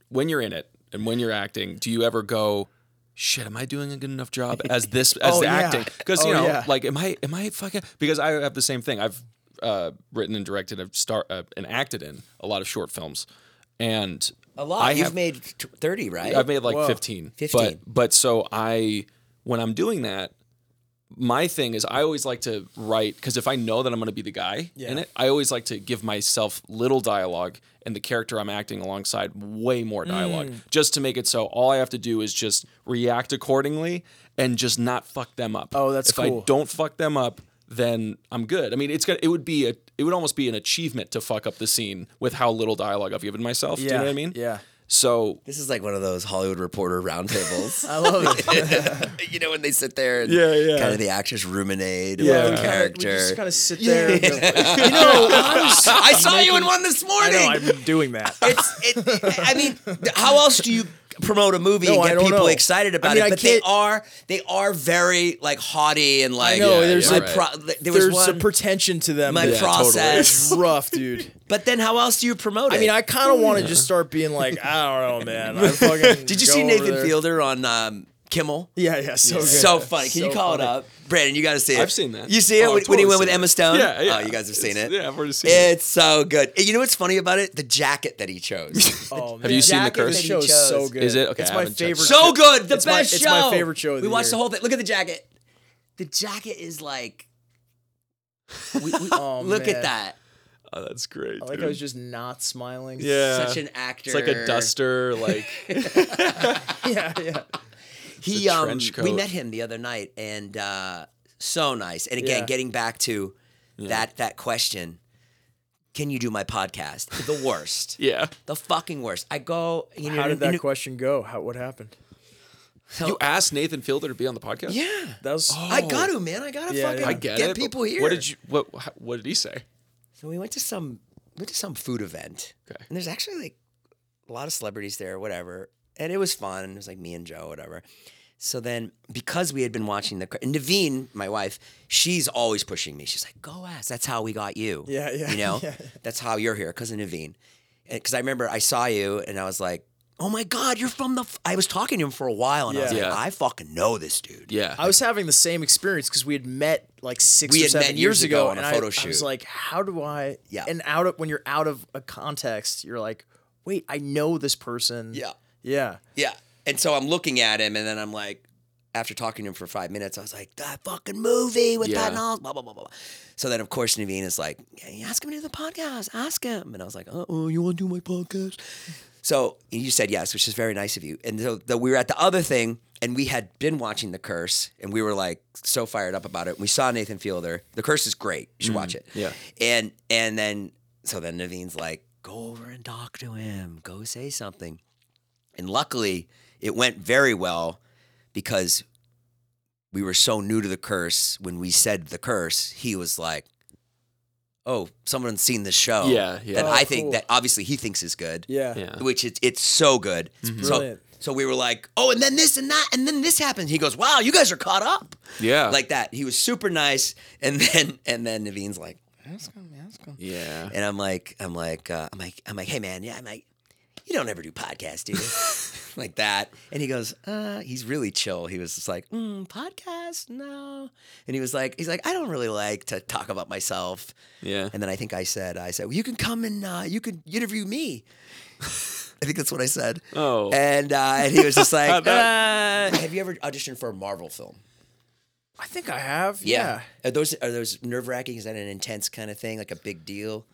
[SPEAKER 4] when you're in it and when you're acting do you ever go shit am i doing a good enough job as this as
[SPEAKER 2] Oh,
[SPEAKER 4] the
[SPEAKER 2] yeah.
[SPEAKER 4] acting because you
[SPEAKER 2] Oh,
[SPEAKER 4] know
[SPEAKER 2] yeah.
[SPEAKER 4] like am i am i fucking because i have the same thing i've uh, written and directed I've star uh, and acted in a lot of short films and
[SPEAKER 1] A lot.
[SPEAKER 4] I
[SPEAKER 1] You've
[SPEAKER 4] have-
[SPEAKER 1] made t- 30, right?
[SPEAKER 4] I've made like 15.
[SPEAKER 1] 15.
[SPEAKER 4] But but so I when I'm doing that, my thing is I always like to write because if I know that I'm going to be the guy
[SPEAKER 2] Yeah.
[SPEAKER 4] in it, I always like to give myself little dialogue and the character I'm acting alongside way more dialogue
[SPEAKER 2] Mm.
[SPEAKER 4] just to make it so all I have to do is just react accordingly and just not fuck them up.
[SPEAKER 2] Oh, that's
[SPEAKER 4] if
[SPEAKER 2] cool.
[SPEAKER 4] I don't fuck them up, then I'm good. I mean, it's gonna it would be a it would almost be an achievement to fuck up the scene with how little dialogue I've given myself. Do you know what I mean?
[SPEAKER 2] Yeah.
[SPEAKER 4] So
[SPEAKER 1] This is like one of those Hollywood reporter roundtables.
[SPEAKER 2] I love it.
[SPEAKER 1] you know, when they sit there and
[SPEAKER 4] Yeah, yeah.
[SPEAKER 1] kind of the actors ruminate
[SPEAKER 2] We
[SPEAKER 1] about
[SPEAKER 2] kinda-
[SPEAKER 1] the
[SPEAKER 2] We just
[SPEAKER 1] character.
[SPEAKER 2] kind of sit there. and go,
[SPEAKER 1] you know, I saw you in one this
[SPEAKER 2] I
[SPEAKER 1] morning.
[SPEAKER 2] know I'm doing that.
[SPEAKER 1] it's, it, I mean, how else do you promote a movie
[SPEAKER 2] No,
[SPEAKER 1] and
[SPEAKER 2] I
[SPEAKER 1] get
[SPEAKER 2] don't
[SPEAKER 1] people
[SPEAKER 2] know.
[SPEAKER 1] excited
[SPEAKER 2] I
[SPEAKER 1] about
[SPEAKER 2] mean,
[SPEAKER 1] it?
[SPEAKER 2] I
[SPEAKER 1] But they
[SPEAKER 2] can't-
[SPEAKER 1] are they are very like haughty and like.
[SPEAKER 2] know,
[SPEAKER 1] Yeah,
[SPEAKER 2] there's
[SPEAKER 1] my
[SPEAKER 2] a-
[SPEAKER 1] pro- there was
[SPEAKER 2] There's a
[SPEAKER 1] one.
[SPEAKER 2] pretension to them.
[SPEAKER 1] my
[SPEAKER 2] that-
[SPEAKER 1] process.
[SPEAKER 2] It's rough, dude.
[SPEAKER 1] But then how else do you promote it?
[SPEAKER 2] I mean, I kind of want to just start being like, I don't know, man. I fucking
[SPEAKER 1] did you
[SPEAKER 2] go
[SPEAKER 1] see
[SPEAKER 2] over
[SPEAKER 1] Nathan
[SPEAKER 2] there.
[SPEAKER 1] Fielder on um, Kimmel?
[SPEAKER 2] Yeah, yeah. So good.
[SPEAKER 1] So funny. Can
[SPEAKER 2] So
[SPEAKER 1] you call it
[SPEAKER 2] funny.
[SPEAKER 1] up, Brandon? You got to see it.
[SPEAKER 4] I've seen that.
[SPEAKER 1] You see it
[SPEAKER 4] Oh,
[SPEAKER 1] when,
[SPEAKER 4] I've
[SPEAKER 1] when he
[SPEAKER 4] totally
[SPEAKER 1] went with
[SPEAKER 4] seen it.
[SPEAKER 1] Emma Stone.
[SPEAKER 4] Yeah, yeah.
[SPEAKER 1] Oh, you guys have seen
[SPEAKER 4] It's-
[SPEAKER 1] it.
[SPEAKER 4] yeah, I've already seen it.
[SPEAKER 1] It's so good. And You know what's funny about it? The jacket that he chose.
[SPEAKER 2] Oh,
[SPEAKER 4] Have you seen The Curse?
[SPEAKER 2] The show is so good.
[SPEAKER 4] Is it? Okay,
[SPEAKER 2] It's
[SPEAKER 4] I
[SPEAKER 2] my
[SPEAKER 4] haven't checked
[SPEAKER 2] favorite.
[SPEAKER 4] it.
[SPEAKER 1] so good. The
[SPEAKER 2] It's my-
[SPEAKER 1] best
[SPEAKER 2] it's
[SPEAKER 1] show.
[SPEAKER 2] my favorite show of
[SPEAKER 1] we
[SPEAKER 2] the
[SPEAKER 1] watched
[SPEAKER 2] year.
[SPEAKER 1] the whole thing. Look at the jacket. The jacket is like. We, we,
[SPEAKER 2] Oh,
[SPEAKER 1] look at
[SPEAKER 2] man.
[SPEAKER 1] that.
[SPEAKER 4] Oh, that's great.
[SPEAKER 2] I like I was just not smiling.
[SPEAKER 4] yeah.
[SPEAKER 1] Such an actor.
[SPEAKER 4] It's like a duster, like
[SPEAKER 2] yeah, yeah.
[SPEAKER 1] He
[SPEAKER 4] the
[SPEAKER 1] um,
[SPEAKER 4] trench
[SPEAKER 1] we
[SPEAKER 4] coat.
[SPEAKER 1] met him the other night, and uh, so nice. And again,
[SPEAKER 2] Yeah.
[SPEAKER 1] getting back to that that question, can you do my podcast? The worst,
[SPEAKER 4] yeah.
[SPEAKER 1] the fucking worst. I go. You know,
[SPEAKER 2] How did
[SPEAKER 1] and-
[SPEAKER 2] that question go? How what happened? Oh.
[SPEAKER 4] You asked Nathan Fielder to be on the podcast.
[SPEAKER 1] Yeah,
[SPEAKER 2] That was
[SPEAKER 1] I got to man. I gotta
[SPEAKER 2] Yeah,
[SPEAKER 1] fucking
[SPEAKER 2] yeah.
[SPEAKER 4] I get, it. but
[SPEAKER 1] people here.
[SPEAKER 4] What did you? What? wh- What did he say?
[SPEAKER 1] So we went to some we went to some food event.
[SPEAKER 4] Okay.
[SPEAKER 1] And there's actually like a lot of celebrities there, whatever. And it was fun. And it was like me and Joe, whatever. So then, because we had been watching the, and Naveen, my wife, she's always pushing me. She's like, "Go ask." That's how we got you.
[SPEAKER 2] Yeah, yeah,
[SPEAKER 1] You know,
[SPEAKER 2] yeah.
[SPEAKER 1] that's how you're here because of Naveen. Because I remember I saw you, and I was like, "Oh my God, you're from the." F-. I was talking to him for a while, and I was like,
[SPEAKER 2] Yeah.
[SPEAKER 4] Yeah.
[SPEAKER 1] "I fucking know this dude."
[SPEAKER 4] Yeah.
[SPEAKER 2] I was having the same experience because we had met like six
[SPEAKER 1] We
[SPEAKER 2] or
[SPEAKER 1] had
[SPEAKER 2] seven
[SPEAKER 1] met years
[SPEAKER 2] years
[SPEAKER 1] ago
[SPEAKER 2] ago,
[SPEAKER 1] on a
[SPEAKER 2] and I-
[SPEAKER 1] photo
[SPEAKER 2] I
[SPEAKER 1] shoot.
[SPEAKER 2] was like, "How do I?"
[SPEAKER 1] Yeah.
[SPEAKER 2] And out of when you're out of a context, you're like, "Wait, I know this person."
[SPEAKER 1] Yeah.
[SPEAKER 2] yeah.
[SPEAKER 1] Yeah. And so I'm looking at him, and then I'm like, after talking to him for five minutes, I was like, that fucking movie with
[SPEAKER 4] Yeah.
[SPEAKER 1] Patton Oswalt, blah, blah, blah, blah. blah. So then, of course, Naveen is like, yeah, ask him to do the podcast, ask him. And I was like, uh oh, you want to do my podcast? So you said yes, which is very nice of you. And so the, we were at the other thing, and we had been watching The Curse, and we were like so fired up about it. We saw Nathan Fielder. The Curse is great. You should watch it.
[SPEAKER 4] Mm-hmm. yeah.
[SPEAKER 1] And and then so then Naveen's like, go over and talk to him. Go say something. And luckily, it went very well because we were so new to the curse. When we said the curse, he was like, "Oh, someone's seen this show."
[SPEAKER 4] Yeah, yeah.
[SPEAKER 1] That
[SPEAKER 4] Oh,
[SPEAKER 1] I think
[SPEAKER 2] cool.
[SPEAKER 1] that obviously he thinks is good.
[SPEAKER 2] Yeah.
[SPEAKER 4] yeah.
[SPEAKER 1] Which it's it's so good. so
[SPEAKER 2] brilliant.
[SPEAKER 1] so we were like, "Oh, and then this and that, and then this happened." He goes, "Wow, you guys are caught up."
[SPEAKER 4] Yeah.
[SPEAKER 1] Like that. He was super nice, and then and then Naveen's like,
[SPEAKER 4] Yeah.
[SPEAKER 1] and I'm like, I'm like, uh, I'm like, I'm like, hey man, yeah, I'm like, you don't ever do podcasts, do you? like that. And he goes, uh, he's really chill. He was just like, mm, podcast, no. And he was like, he's like, I don't really like to talk about myself.
[SPEAKER 4] Yeah.
[SPEAKER 1] And then I think I said, I said, well, you can come and uh, you can interview me. I think that's what I said.
[SPEAKER 4] Oh.
[SPEAKER 1] and uh, and he was just like,
[SPEAKER 4] How'd
[SPEAKER 1] "Uh, "Have you ever auditioned for a Marvel film?"
[SPEAKER 2] I think I have. yeah.
[SPEAKER 1] Are those are those nerve wracking? Is that an intense kind of thing, like a big deal?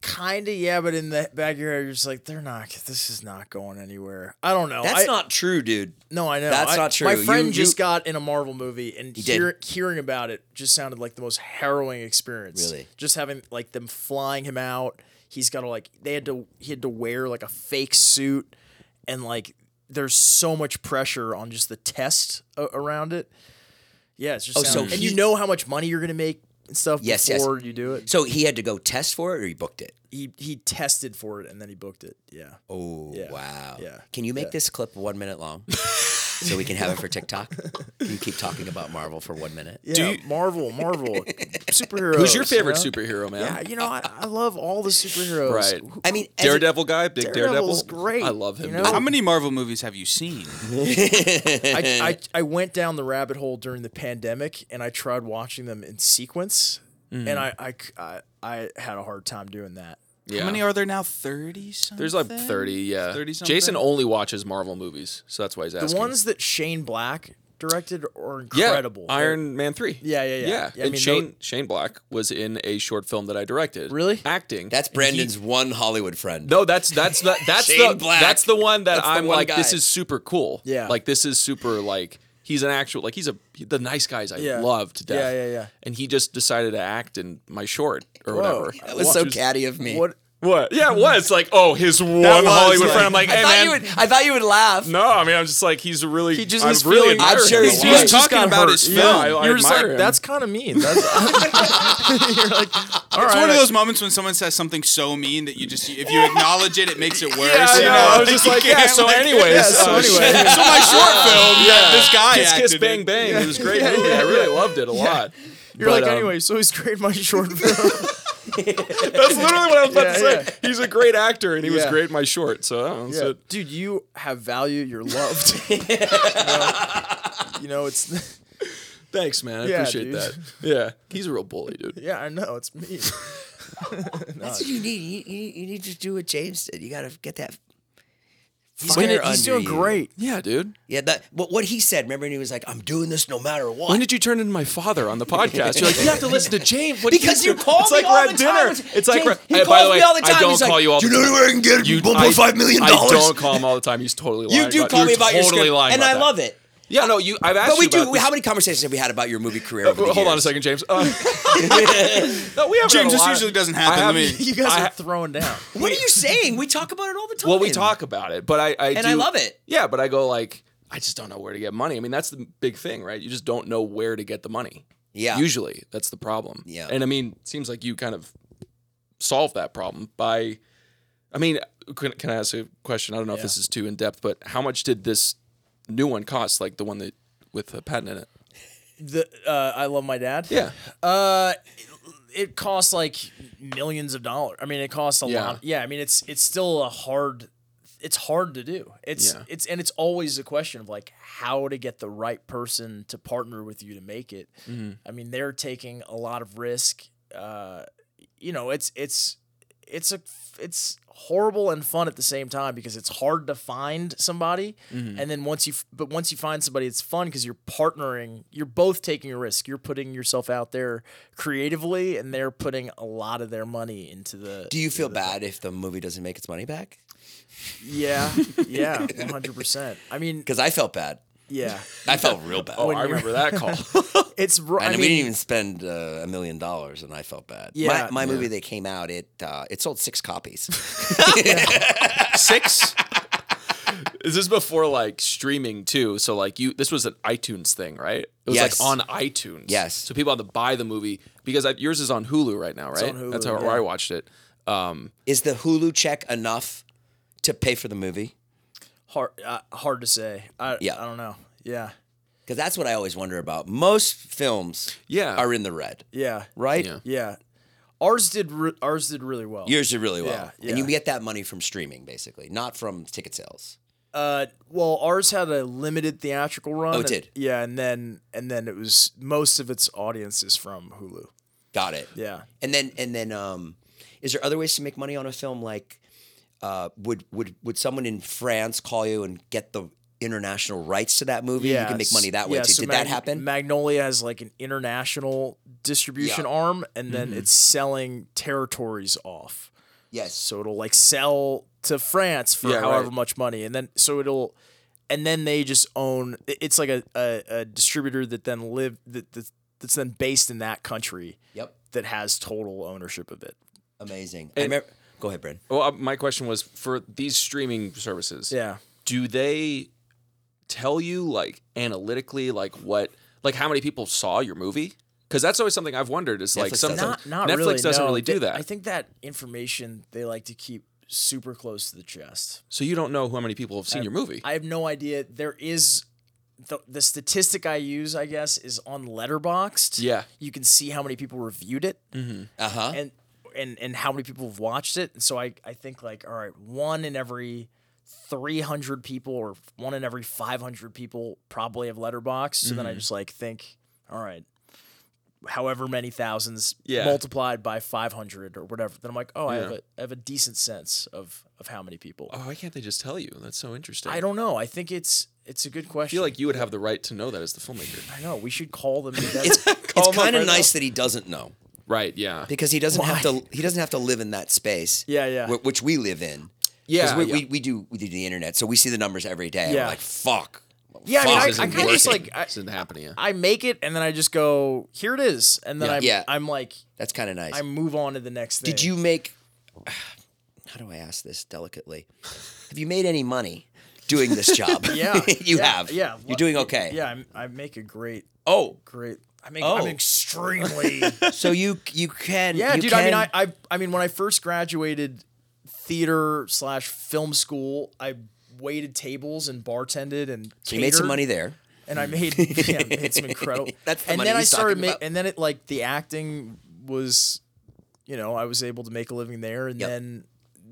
[SPEAKER 2] Kinda, yeah, but in the back of your head, you're just like, they're not. This is not going anywhere. I don't know.
[SPEAKER 1] That's
[SPEAKER 2] Oh, I-
[SPEAKER 1] not true, dude.
[SPEAKER 2] No, I know.
[SPEAKER 1] That's
[SPEAKER 2] I-
[SPEAKER 1] not true.
[SPEAKER 2] My
[SPEAKER 1] You-
[SPEAKER 2] friend just
[SPEAKER 1] you-
[SPEAKER 2] got in a Marvel movie, and
[SPEAKER 1] did.
[SPEAKER 2] hear, hearing about it just sounded like the most harrowing experience.
[SPEAKER 1] Really?
[SPEAKER 2] just having like them flying him out. He's got to like they had to he had to wear like a fake suit, and like there's so much pressure on just the test a- around it. Yeah, it's just
[SPEAKER 1] Oh, so
[SPEAKER 2] sounded- and you
[SPEAKER 1] he-
[SPEAKER 2] know how much money you're gonna make and stuff
[SPEAKER 1] Yes, yes.
[SPEAKER 2] before you do it.
[SPEAKER 1] So he had to go test for it, or he booked it.
[SPEAKER 2] He he tested for it and then he booked it. Yeah.
[SPEAKER 1] Oh
[SPEAKER 2] Yeah.
[SPEAKER 1] wow!
[SPEAKER 2] Yeah.
[SPEAKER 1] Can you make
[SPEAKER 2] Yeah.
[SPEAKER 1] this clip one minute long, so we can have it for TikTok? Can you keep talking about Marvel for one minute?
[SPEAKER 2] Yeah,
[SPEAKER 4] Do you-
[SPEAKER 2] Marvel, Marvel, superheroes.
[SPEAKER 4] Who's your
[SPEAKER 2] you
[SPEAKER 4] favorite
[SPEAKER 2] know?
[SPEAKER 4] superhero, man?
[SPEAKER 2] Yeah, you know, I, I love all the superheroes.
[SPEAKER 4] Right.
[SPEAKER 2] Who-
[SPEAKER 1] I mean, as a-
[SPEAKER 4] Daredevil guy, big
[SPEAKER 2] Daredevil's
[SPEAKER 4] Daredevil.
[SPEAKER 2] great,
[SPEAKER 4] I love him.
[SPEAKER 2] you know?
[SPEAKER 4] dude.
[SPEAKER 3] How many Marvel movies have you seen?
[SPEAKER 2] I, I, I went down the rabbit hole during the pandemic and I tried watching them in sequence,
[SPEAKER 4] Mm.
[SPEAKER 2] and I, I c- I- I had a hard time doing that.
[SPEAKER 4] Yeah.
[SPEAKER 3] How many are there now? Thirty something.
[SPEAKER 4] There's like 30, yeah.
[SPEAKER 3] 30 something.
[SPEAKER 4] Jason only watches Marvel movies, so that's why he's
[SPEAKER 2] The
[SPEAKER 4] asking.
[SPEAKER 2] ones that Shane Black directed are
[SPEAKER 4] yeah,
[SPEAKER 2] incredible.
[SPEAKER 4] Iron Man 3.
[SPEAKER 2] Yeah, yeah, yeah.
[SPEAKER 4] Yeah.
[SPEAKER 2] I
[SPEAKER 4] and
[SPEAKER 2] mean,
[SPEAKER 4] Shane Shane Black was in a short film that I directed.
[SPEAKER 2] Really?
[SPEAKER 4] Acting.
[SPEAKER 1] That's Brandon's one Hollywood friend.
[SPEAKER 4] No, that's that's the that's
[SPEAKER 1] Shane
[SPEAKER 4] the
[SPEAKER 1] Black.
[SPEAKER 4] that's the one that
[SPEAKER 1] That's the
[SPEAKER 4] I'm
[SPEAKER 1] one
[SPEAKER 4] like this
[SPEAKER 1] guy.
[SPEAKER 4] is super cool.
[SPEAKER 2] Yeah.
[SPEAKER 4] Like this is super like he's an actual like he's a the nice guys I
[SPEAKER 2] Yeah.
[SPEAKER 4] love to death.
[SPEAKER 2] Yeah, yeah, yeah.
[SPEAKER 4] And he just decided to act in my short or whatever.
[SPEAKER 1] that was so catty of me.
[SPEAKER 2] What?
[SPEAKER 4] What? Yeah, it was like oh his one
[SPEAKER 2] was,
[SPEAKER 4] Hollywood
[SPEAKER 2] yeah.
[SPEAKER 4] friend. I'm like
[SPEAKER 1] I
[SPEAKER 4] hey
[SPEAKER 1] thought
[SPEAKER 4] man.
[SPEAKER 1] you would. I thought you would laugh.
[SPEAKER 4] no, I mean I'm just like he's really
[SPEAKER 2] He just
[SPEAKER 4] I'm
[SPEAKER 2] was
[SPEAKER 4] really
[SPEAKER 2] feeling-
[SPEAKER 4] admire
[SPEAKER 1] I'm sure he
[SPEAKER 4] him a
[SPEAKER 1] was
[SPEAKER 4] lot.
[SPEAKER 1] just
[SPEAKER 3] He's talking
[SPEAKER 2] got
[SPEAKER 3] about
[SPEAKER 2] hurt.
[SPEAKER 3] his
[SPEAKER 4] Yeah,
[SPEAKER 3] film.
[SPEAKER 4] I- I
[SPEAKER 2] You're just like
[SPEAKER 4] admire him.
[SPEAKER 2] that's kind of mean. That's, you're like, all
[SPEAKER 3] It's
[SPEAKER 2] right,
[SPEAKER 3] one of
[SPEAKER 2] I-
[SPEAKER 3] those moments when someone says something so mean that you just if you acknowledge it, it makes it worse.
[SPEAKER 4] Yeah, I
[SPEAKER 3] you
[SPEAKER 4] know.
[SPEAKER 3] know?
[SPEAKER 4] I was just
[SPEAKER 3] you
[SPEAKER 4] like, yeah,
[SPEAKER 3] can't,
[SPEAKER 4] so
[SPEAKER 3] like-
[SPEAKER 4] anyways,
[SPEAKER 3] Yeah,
[SPEAKER 2] so
[SPEAKER 4] uh,
[SPEAKER 2] anyway.
[SPEAKER 4] shit.
[SPEAKER 3] so my short film, yeah, this guy
[SPEAKER 4] Kiss Kiss
[SPEAKER 3] acted
[SPEAKER 4] Bang
[SPEAKER 3] in.
[SPEAKER 4] Bang. It was a great movie. I really loved it a lot.
[SPEAKER 2] You're
[SPEAKER 4] But,
[SPEAKER 2] like
[SPEAKER 4] um,
[SPEAKER 2] anyway. So he's great. My short film.
[SPEAKER 4] That's literally what I was about to
[SPEAKER 2] Yeah,
[SPEAKER 4] say. He's a great actor, and he was
[SPEAKER 2] Yeah.
[SPEAKER 4] great in my short. So I don't know, that's
[SPEAKER 2] Yeah.
[SPEAKER 4] it.
[SPEAKER 2] Dude, you have value. You're loved. you, know, You know, it's.
[SPEAKER 4] thanks, man. I
[SPEAKER 2] Yeah,
[SPEAKER 4] appreciate
[SPEAKER 2] dude.
[SPEAKER 4] that. Yeah, he's a real bully, dude.
[SPEAKER 2] Yeah, I know. It's me.
[SPEAKER 1] That's what you need. You, you, you need to do what James did. You got to get that.
[SPEAKER 2] He's,
[SPEAKER 1] fire
[SPEAKER 2] gonna- he's
[SPEAKER 1] under
[SPEAKER 2] doing
[SPEAKER 1] you.
[SPEAKER 2] great.
[SPEAKER 4] Yeah, dude.
[SPEAKER 1] Yeah, that what, what he said. Remember, and he was like, "I'm doing this no matter what."
[SPEAKER 4] When did you turn into my father on the podcast? You're like, you have to listen to James. What do
[SPEAKER 1] because
[SPEAKER 4] do?"
[SPEAKER 1] you call
[SPEAKER 4] it's
[SPEAKER 1] me
[SPEAKER 4] like
[SPEAKER 1] all
[SPEAKER 4] we're at
[SPEAKER 1] the
[SPEAKER 4] dinner.
[SPEAKER 1] time.
[SPEAKER 4] It's like
[SPEAKER 1] James,
[SPEAKER 4] we're-
[SPEAKER 1] he
[SPEAKER 4] hey,
[SPEAKER 1] calls
[SPEAKER 4] by the
[SPEAKER 1] me
[SPEAKER 4] way,
[SPEAKER 1] all the time.
[SPEAKER 4] I don't
[SPEAKER 1] He's
[SPEAKER 4] call
[SPEAKER 1] like,
[SPEAKER 4] you all
[SPEAKER 1] Do you
[SPEAKER 4] the
[SPEAKER 1] know
[SPEAKER 4] time.
[SPEAKER 1] where I can get
[SPEAKER 4] You-
[SPEAKER 1] one point five million
[SPEAKER 4] I,
[SPEAKER 1] dollars?
[SPEAKER 4] I don't call him all the time. He's totally lying.
[SPEAKER 1] You do
[SPEAKER 4] about-
[SPEAKER 1] call
[SPEAKER 4] you're
[SPEAKER 1] me about your
[SPEAKER 4] totally
[SPEAKER 1] script,
[SPEAKER 4] lying
[SPEAKER 1] and
[SPEAKER 4] about
[SPEAKER 1] I
[SPEAKER 4] that.
[SPEAKER 1] love it.
[SPEAKER 4] Yeah, no, you. I've asked
[SPEAKER 1] But we
[SPEAKER 4] you about
[SPEAKER 1] do.
[SPEAKER 4] this.
[SPEAKER 1] How many conversations have we had about your movie career? Over the
[SPEAKER 4] Hold on a
[SPEAKER 1] years?
[SPEAKER 4] second, James. Uh, no, we haven't. had a
[SPEAKER 3] James, this
[SPEAKER 4] lot-
[SPEAKER 3] usually doesn't
[SPEAKER 4] I
[SPEAKER 3] happen to
[SPEAKER 4] have-
[SPEAKER 3] me.
[SPEAKER 2] You guys
[SPEAKER 4] I
[SPEAKER 2] are
[SPEAKER 4] ha-
[SPEAKER 2] throwing down.
[SPEAKER 1] What are you saying? We talk about it all the time.
[SPEAKER 4] Well, we talk about it, but I, I
[SPEAKER 1] And I
[SPEAKER 4] do-
[SPEAKER 1] love it.
[SPEAKER 4] Yeah, but I go like, I just don't know where to get money. I mean, that's the big thing, right? You just don't know where to get the money.
[SPEAKER 1] Yeah.
[SPEAKER 4] Usually, that's the problem.
[SPEAKER 1] Yeah.
[SPEAKER 4] And I mean, it seems like you kind of solve that problem by. I mean, can, can I ask a question? I don't know if this is too in depth, but how much did this new one cost? Like the one that with a patent in it?
[SPEAKER 2] The uh, I love my dad.
[SPEAKER 4] Yeah.
[SPEAKER 2] Uh, it costs like millions of dollars. I mean, it costs a
[SPEAKER 4] Yeah.
[SPEAKER 2] lot. Yeah. I mean, it's it's still a hard. It's hard to do. It's
[SPEAKER 4] Yeah.
[SPEAKER 2] it's and it's always a question of like how to get the right person to partner with you to make it. I mean, they're taking a lot of risk. Uh, you know, it's it's it's a it's horrible and fun at the same time because it's hard to find somebody
[SPEAKER 1] Mm-hmm.
[SPEAKER 2] and then once you f- but once you find somebody it's fun because you're partnering you're both taking a risk you're putting yourself out there creatively and they're putting a lot of their money into the
[SPEAKER 1] Do you feel bad if the movie doesn't make its money back?
[SPEAKER 2] yeah yeah 100% i mean
[SPEAKER 1] Because I felt bad.
[SPEAKER 2] yeah
[SPEAKER 1] I felt real bad.
[SPEAKER 4] Oh, I remember that call.
[SPEAKER 2] it's ro- i
[SPEAKER 1] and
[SPEAKER 2] mean
[SPEAKER 1] we didn't even spend uh, a million dollars, and I felt bad.
[SPEAKER 2] Yeah.
[SPEAKER 1] my, my movie that came out, it uh, it sold six copies.
[SPEAKER 4] six. Is this before like streaming too? So like you, this was an iTunes thing, right? It was
[SPEAKER 1] Yes.
[SPEAKER 4] like on iTunes.
[SPEAKER 1] Yes.
[SPEAKER 4] So people had to buy the movie because I, yours is on Hulu right now, right?
[SPEAKER 2] on
[SPEAKER 4] That's how
[SPEAKER 2] Hulu,
[SPEAKER 4] where I watched it. Um,
[SPEAKER 1] Is the Hulu check enough to pay for the movie?
[SPEAKER 2] hard uh, hard to say i
[SPEAKER 1] Yeah.
[SPEAKER 2] i don't know yeah
[SPEAKER 1] Because that's what I always wonder about. Most films,
[SPEAKER 4] Yeah.
[SPEAKER 1] are in the red,
[SPEAKER 2] yeah
[SPEAKER 1] right?
[SPEAKER 4] Yeah.
[SPEAKER 2] yeah ours did re- ours did really well
[SPEAKER 1] Yours are really well,
[SPEAKER 2] Yeah,
[SPEAKER 1] and
[SPEAKER 2] yeah.
[SPEAKER 1] you get that money from streaming, basically, not from ticket sales.
[SPEAKER 2] Uh, well, ours had a limited theatrical run.
[SPEAKER 1] Oh, it
[SPEAKER 2] and-
[SPEAKER 1] did.
[SPEAKER 2] Yeah, and then and then it was most of its audience is from Hulu.
[SPEAKER 1] Got it.
[SPEAKER 2] Yeah.
[SPEAKER 1] And then and then, um, is there other ways to make money on a film like? uh, would would would someone in France call you and get the international rights to that movie? you can make money that way
[SPEAKER 2] yeah,
[SPEAKER 1] too.
[SPEAKER 2] so
[SPEAKER 1] Did
[SPEAKER 2] Mag-
[SPEAKER 1] that happen?
[SPEAKER 2] Magnolia has like an international distribution
[SPEAKER 1] Yeah. Mm-hmm.
[SPEAKER 2] arm, and then it's selling territories off.
[SPEAKER 1] yes.
[SPEAKER 2] So it'll like sell to France for
[SPEAKER 4] Yeah,
[SPEAKER 2] however
[SPEAKER 4] right.
[SPEAKER 2] much money, and then so it'll, and then they just own. it- It's like a a, a distributor that then live that, that that's then based in that country
[SPEAKER 1] Yep.
[SPEAKER 2] that has total ownership of it.
[SPEAKER 1] Amazing. I remember, go ahead, Brad.
[SPEAKER 4] Well, uh, my question was for these streaming services.
[SPEAKER 2] Yeah.
[SPEAKER 4] do they tell you like analytically like what like how many people saw your movie because that's always something i've wondered is like
[SPEAKER 1] Netflix
[SPEAKER 4] sometimes
[SPEAKER 1] doesn't.
[SPEAKER 2] Not not
[SPEAKER 4] netflix
[SPEAKER 2] really,
[SPEAKER 4] doesn't
[SPEAKER 2] no.
[SPEAKER 4] really do
[SPEAKER 2] They-
[SPEAKER 4] that
[SPEAKER 2] I think that information they like to keep super close to the chest.
[SPEAKER 4] so you don't know how many people have seen your movie
[SPEAKER 2] I have no idea. There is the, the statistic I use, I guess, is on Letterboxd.
[SPEAKER 4] Yeah.
[SPEAKER 2] you can see how many people reviewed it
[SPEAKER 1] Uh huh.
[SPEAKER 2] and and and how many people have watched it. And so I I think like all right, one in every. 300 people or one in every 500 people probably have letterbox so
[SPEAKER 4] Mm-hmm.
[SPEAKER 2] then i just like think all right however many thousands
[SPEAKER 4] Yeah.
[SPEAKER 2] multiplied by 500 or whatever then i'm like oh i have
[SPEAKER 4] Yeah.
[SPEAKER 2] a I have a decent sense of of how many people
[SPEAKER 4] oh why can't they just tell you that's so interesting
[SPEAKER 2] i don't know i think it's it's a good question
[SPEAKER 4] feel like you would have the right to know that as the filmmaker
[SPEAKER 2] I know. We should call them.
[SPEAKER 1] It's,
[SPEAKER 4] Call
[SPEAKER 1] it's
[SPEAKER 4] him up
[SPEAKER 1] kind of
[SPEAKER 4] right now.
[SPEAKER 1] nice that he doesn't know
[SPEAKER 4] right yeah
[SPEAKER 1] because he doesn't have
[SPEAKER 2] Why?
[SPEAKER 1] to. He doesn't have to live in that space.
[SPEAKER 2] Yeah, yeah.
[SPEAKER 1] wh- which we live in. 'Cause
[SPEAKER 4] Yeah,
[SPEAKER 1] we,
[SPEAKER 4] yeah.
[SPEAKER 1] We, we do we do the internet, so we see the numbers every day. Yeah.
[SPEAKER 2] Yeah.
[SPEAKER 1] We're like fuck.
[SPEAKER 2] yeah, I mean,
[SPEAKER 4] Fox
[SPEAKER 2] I,
[SPEAKER 4] isn't
[SPEAKER 2] I kind of just
[SPEAKER 4] working.
[SPEAKER 2] like I,
[SPEAKER 4] This isn't happening yeah.
[SPEAKER 2] I make it and then I just go here it is and then
[SPEAKER 4] Yeah.
[SPEAKER 2] I'm
[SPEAKER 1] Yeah.
[SPEAKER 2] I'm like
[SPEAKER 1] That's kind of nice.
[SPEAKER 2] I move on to the next thing.
[SPEAKER 1] Did you make? How do I ask this delicately? Have you made any money doing this job?
[SPEAKER 2] Yeah,
[SPEAKER 1] you
[SPEAKER 2] yeah,
[SPEAKER 1] have.
[SPEAKER 2] Yeah,
[SPEAKER 1] you're doing okay.
[SPEAKER 2] Yeah, I'm, I make a great
[SPEAKER 1] Oh,
[SPEAKER 2] great. I make.
[SPEAKER 1] Oh.
[SPEAKER 2] I'm extremely.
[SPEAKER 1] so you you can.
[SPEAKER 2] yeah,
[SPEAKER 1] you
[SPEAKER 2] dude. I mean,
[SPEAKER 1] can-
[SPEAKER 2] I, I I mean, when I first graduated theater slash film school, I waited tables and bartended and
[SPEAKER 1] you made some
[SPEAKER 2] catered.
[SPEAKER 1] money there.
[SPEAKER 2] and I made yeah, I made some incredible.
[SPEAKER 1] That's the
[SPEAKER 2] and
[SPEAKER 1] money
[SPEAKER 2] then I
[SPEAKER 1] he's
[SPEAKER 2] started
[SPEAKER 1] talking
[SPEAKER 2] ma-
[SPEAKER 1] about.
[SPEAKER 2] and then it like the acting was, you know, I was able to make a living there, and
[SPEAKER 1] Yep.
[SPEAKER 2] then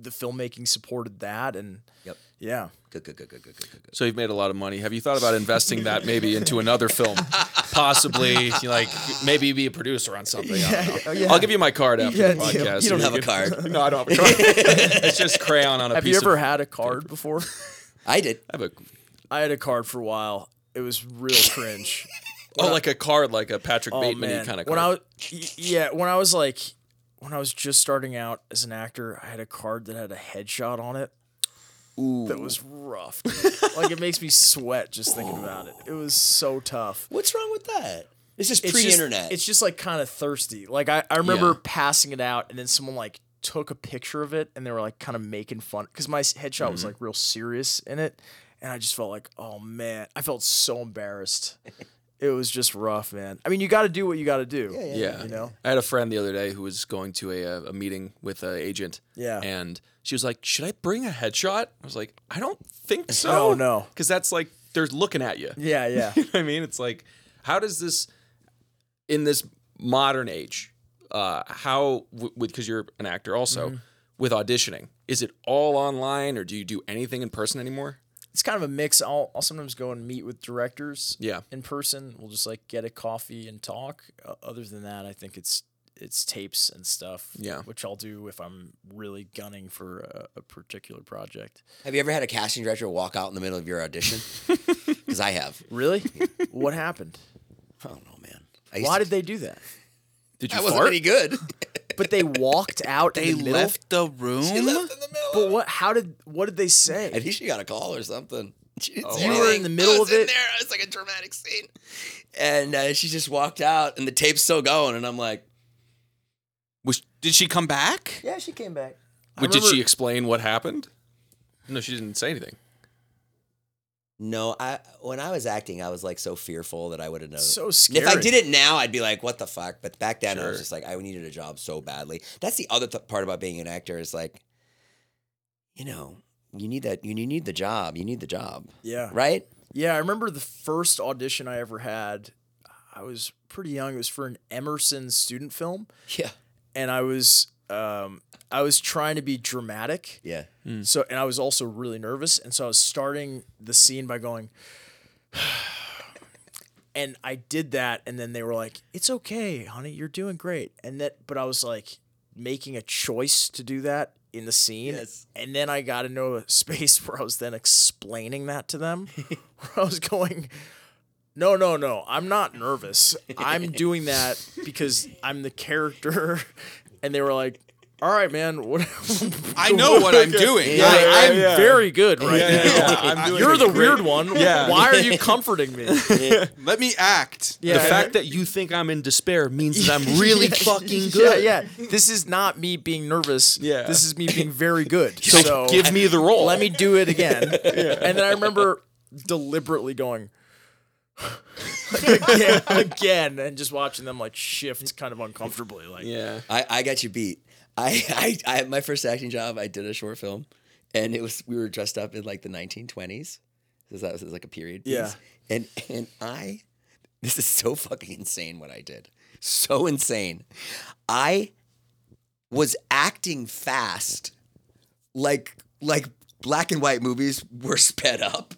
[SPEAKER 2] the filmmaking supported that, and
[SPEAKER 1] Yep.
[SPEAKER 2] yeah,
[SPEAKER 1] Good, good, good, good, good, good, good. good.
[SPEAKER 4] so you've made a lot of money have you thought about investing that maybe into another film possibly like maybe be a producer on something I don't know.
[SPEAKER 2] Oh, yeah.
[SPEAKER 4] I'll give you my card after
[SPEAKER 2] Yeah,
[SPEAKER 4] the
[SPEAKER 2] yeah.
[SPEAKER 4] podcast.
[SPEAKER 1] You don't
[SPEAKER 4] and
[SPEAKER 1] have a
[SPEAKER 4] can-
[SPEAKER 1] card.
[SPEAKER 4] No, I don't have a card. it's just crayon on a
[SPEAKER 2] Have
[SPEAKER 4] piece
[SPEAKER 2] you ever
[SPEAKER 4] of
[SPEAKER 2] had a card before?
[SPEAKER 1] I did.
[SPEAKER 4] I have a,
[SPEAKER 2] I had a card for a while. It was real cringe.
[SPEAKER 4] oh, like a card, like a Patrick
[SPEAKER 2] oh
[SPEAKER 4] Bateman
[SPEAKER 2] man,
[SPEAKER 4] kind of card.
[SPEAKER 2] when I was y- yeah, when I was like, when I was just starting out as an actor, I had a card that had a headshot on it.
[SPEAKER 1] Ooh.
[SPEAKER 2] That was rough. dude. like it makes me sweat just thinking about it. It was so tough.
[SPEAKER 1] What's wrong with that? This is
[SPEAKER 2] it's
[SPEAKER 1] pre-internet.
[SPEAKER 2] Just, it's just like kind of thirsty. Like I, I remember passing it out, and then someone like took a picture of it, and they were like kind of making fun because my s- headshot was like real serious in it, and I just felt like, oh man, I felt so embarrassed. it was just rough, man. I mean, you got to do what you got to do. Yeah,
[SPEAKER 4] yeah,
[SPEAKER 2] You know.
[SPEAKER 4] I had a friend the other day who was going to a, uh, a meeting with an agent.
[SPEAKER 2] Yeah.
[SPEAKER 4] and she was like, "Should I bring a headshot?" I was like, "I don't think so."
[SPEAKER 2] No, Oh, no.
[SPEAKER 4] because that's like they're looking at you.
[SPEAKER 2] Yeah, yeah.
[SPEAKER 4] You know what I mean, it's like, how does this in this modern age? Uh, how w- with because you're an actor also
[SPEAKER 2] Mm-hmm.
[SPEAKER 4] with auditioning, is it all online or do you do anything in person anymore?
[SPEAKER 2] it's kind of a mix. I'll, I'll sometimes go and meet with directors.
[SPEAKER 4] Yeah.
[SPEAKER 2] In person, we'll just like get a coffee and talk. Uh, other than that, I think it's it's tapes and stuff.
[SPEAKER 4] Yeah.
[SPEAKER 2] Which I'll do if I'm really gunning for a, a particular project.
[SPEAKER 1] have you ever had a casting director walk out in the middle of your audition? Because I have.
[SPEAKER 2] Really? what happened?
[SPEAKER 1] I don't know, man. I used
[SPEAKER 2] Why
[SPEAKER 1] to-
[SPEAKER 2] did they do that?
[SPEAKER 4] Did you
[SPEAKER 1] that wasn't
[SPEAKER 4] fart?
[SPEAKER 1] any good?
[SPEAKER 2] But they walked out.
[SPEAKER 3] They
[SPEAKER 2] in the middle?
[SPEAKER 3] left the room.
[SPEAKER 1] She left in the middle.
[SPEAKER 2] But what? How did? What did they
[SPEAKER 1] I
[SPEAKER 2] say?
[SPEAKER 1] think she got a call or something. Oh, She didn't say
[SPEAKER 2] You were in
[SPEAKER 1] anything.
[SPEAKER 2] the middle
[SPEAKER 1] I was
[SPEAKER 2] of
[SPEAKER 1] in
[SPEAKER 2] it?
[SPEAKER 1] There, it was like a dramatic scene, and uh, she just walked out, and the tape's still going, and I'm like,
[SPEAKER 3] Was, did she come back?
[SPEAKER 2] Yeah, she came back.
[SPEAKER 4] Wait, Did she explain what happened? No, she didn't say anything.
[SPEAKER 1] no. I when I was acting, I was like so fearful that I would have known.
[SPEAKER 2] So
[SPEAKER 1] And If I
[SPEAKER 2] scary.
[SPEAKER 1] did it now, I'd be like, what the fuck? But back then, I
[SPEAKER 4] Sure.
[SPEAKER 1] was just like, I needed a job so badly. That's the other th- part about being an actor is like, you know, you need that. You need the job. You need the job,
[SPEAKER 2] Yeah.
[SPEAKER 1] right?
[SPEAKER 2] Yeah, I remember the first audition I ever had. I was pretty young. It was for an Emerson student film,
[SPEAKER 1] Yeah.
[SPEAKER 2] and I was um, I was trying to be dramatic.
[SPEAKER 1] Yeah.
[SPEAKER 2] So and I was also really nervous, and so I was starting the scene by going, and I did that, and then they were like, "It's okay, honey, you're doing great," and that, but I was like making a choice to do that in the scene.
[SPEAKER 1] Yes.
[SPEAKER 2] And then I got into a space where I was then explaining that to them. where I was going, No, no, no, I'm not nervous. I'm doing that because I'm the character. And they were like, All right, man, what
[SPEAKER 3] I know what I'm doing. I,
[SPEAKER 2] I'm
[SPEAKER 3] I'm
[SPEAKER 2] very good right now.
[SPEAKER 3] I'm doing
[SPEAKER 2] You're
[SPEAKER 3] it
[SPEAKER 2] the
[SPEAKER 3] great.
[SPEAKER 2] weird one.
[SPEAKER 4] Yeah.
[SPEAKER 2] Why are you comforting me?
[SPEAKER 3] Let me act.
[SPEAKER 4] the
[SPEAKER 2] Yeah.
[SPEAKER 4] fact that you think I'm in despair means that I'm really fucking good.
[SPEAKER 2] Yeah, yeah. This is not me being nervous.
[SPEAKER 4] Yeah.
[SPEAKER 2] This is me being very good.
[SPEAKER 4] So, give me the role.
[SPEAKER 2] Let me do it again. And then I remember deliberately going like, again, again and just watching them like shift kind of uncomfortably. Like
[SPEAKER 4] Yeah.
[SPEAKER 1] I, I got you beat. I, I, I, my first acting job, I did a short film, and it was we were dressed up in like the 1920s, because that was like a period piece.
[SPEAKER 2] Yeah.
[SPEAKER 1] And and I, this is so fucking insane what I did. So insane. I was acting fast, like like black and white movies were sped up.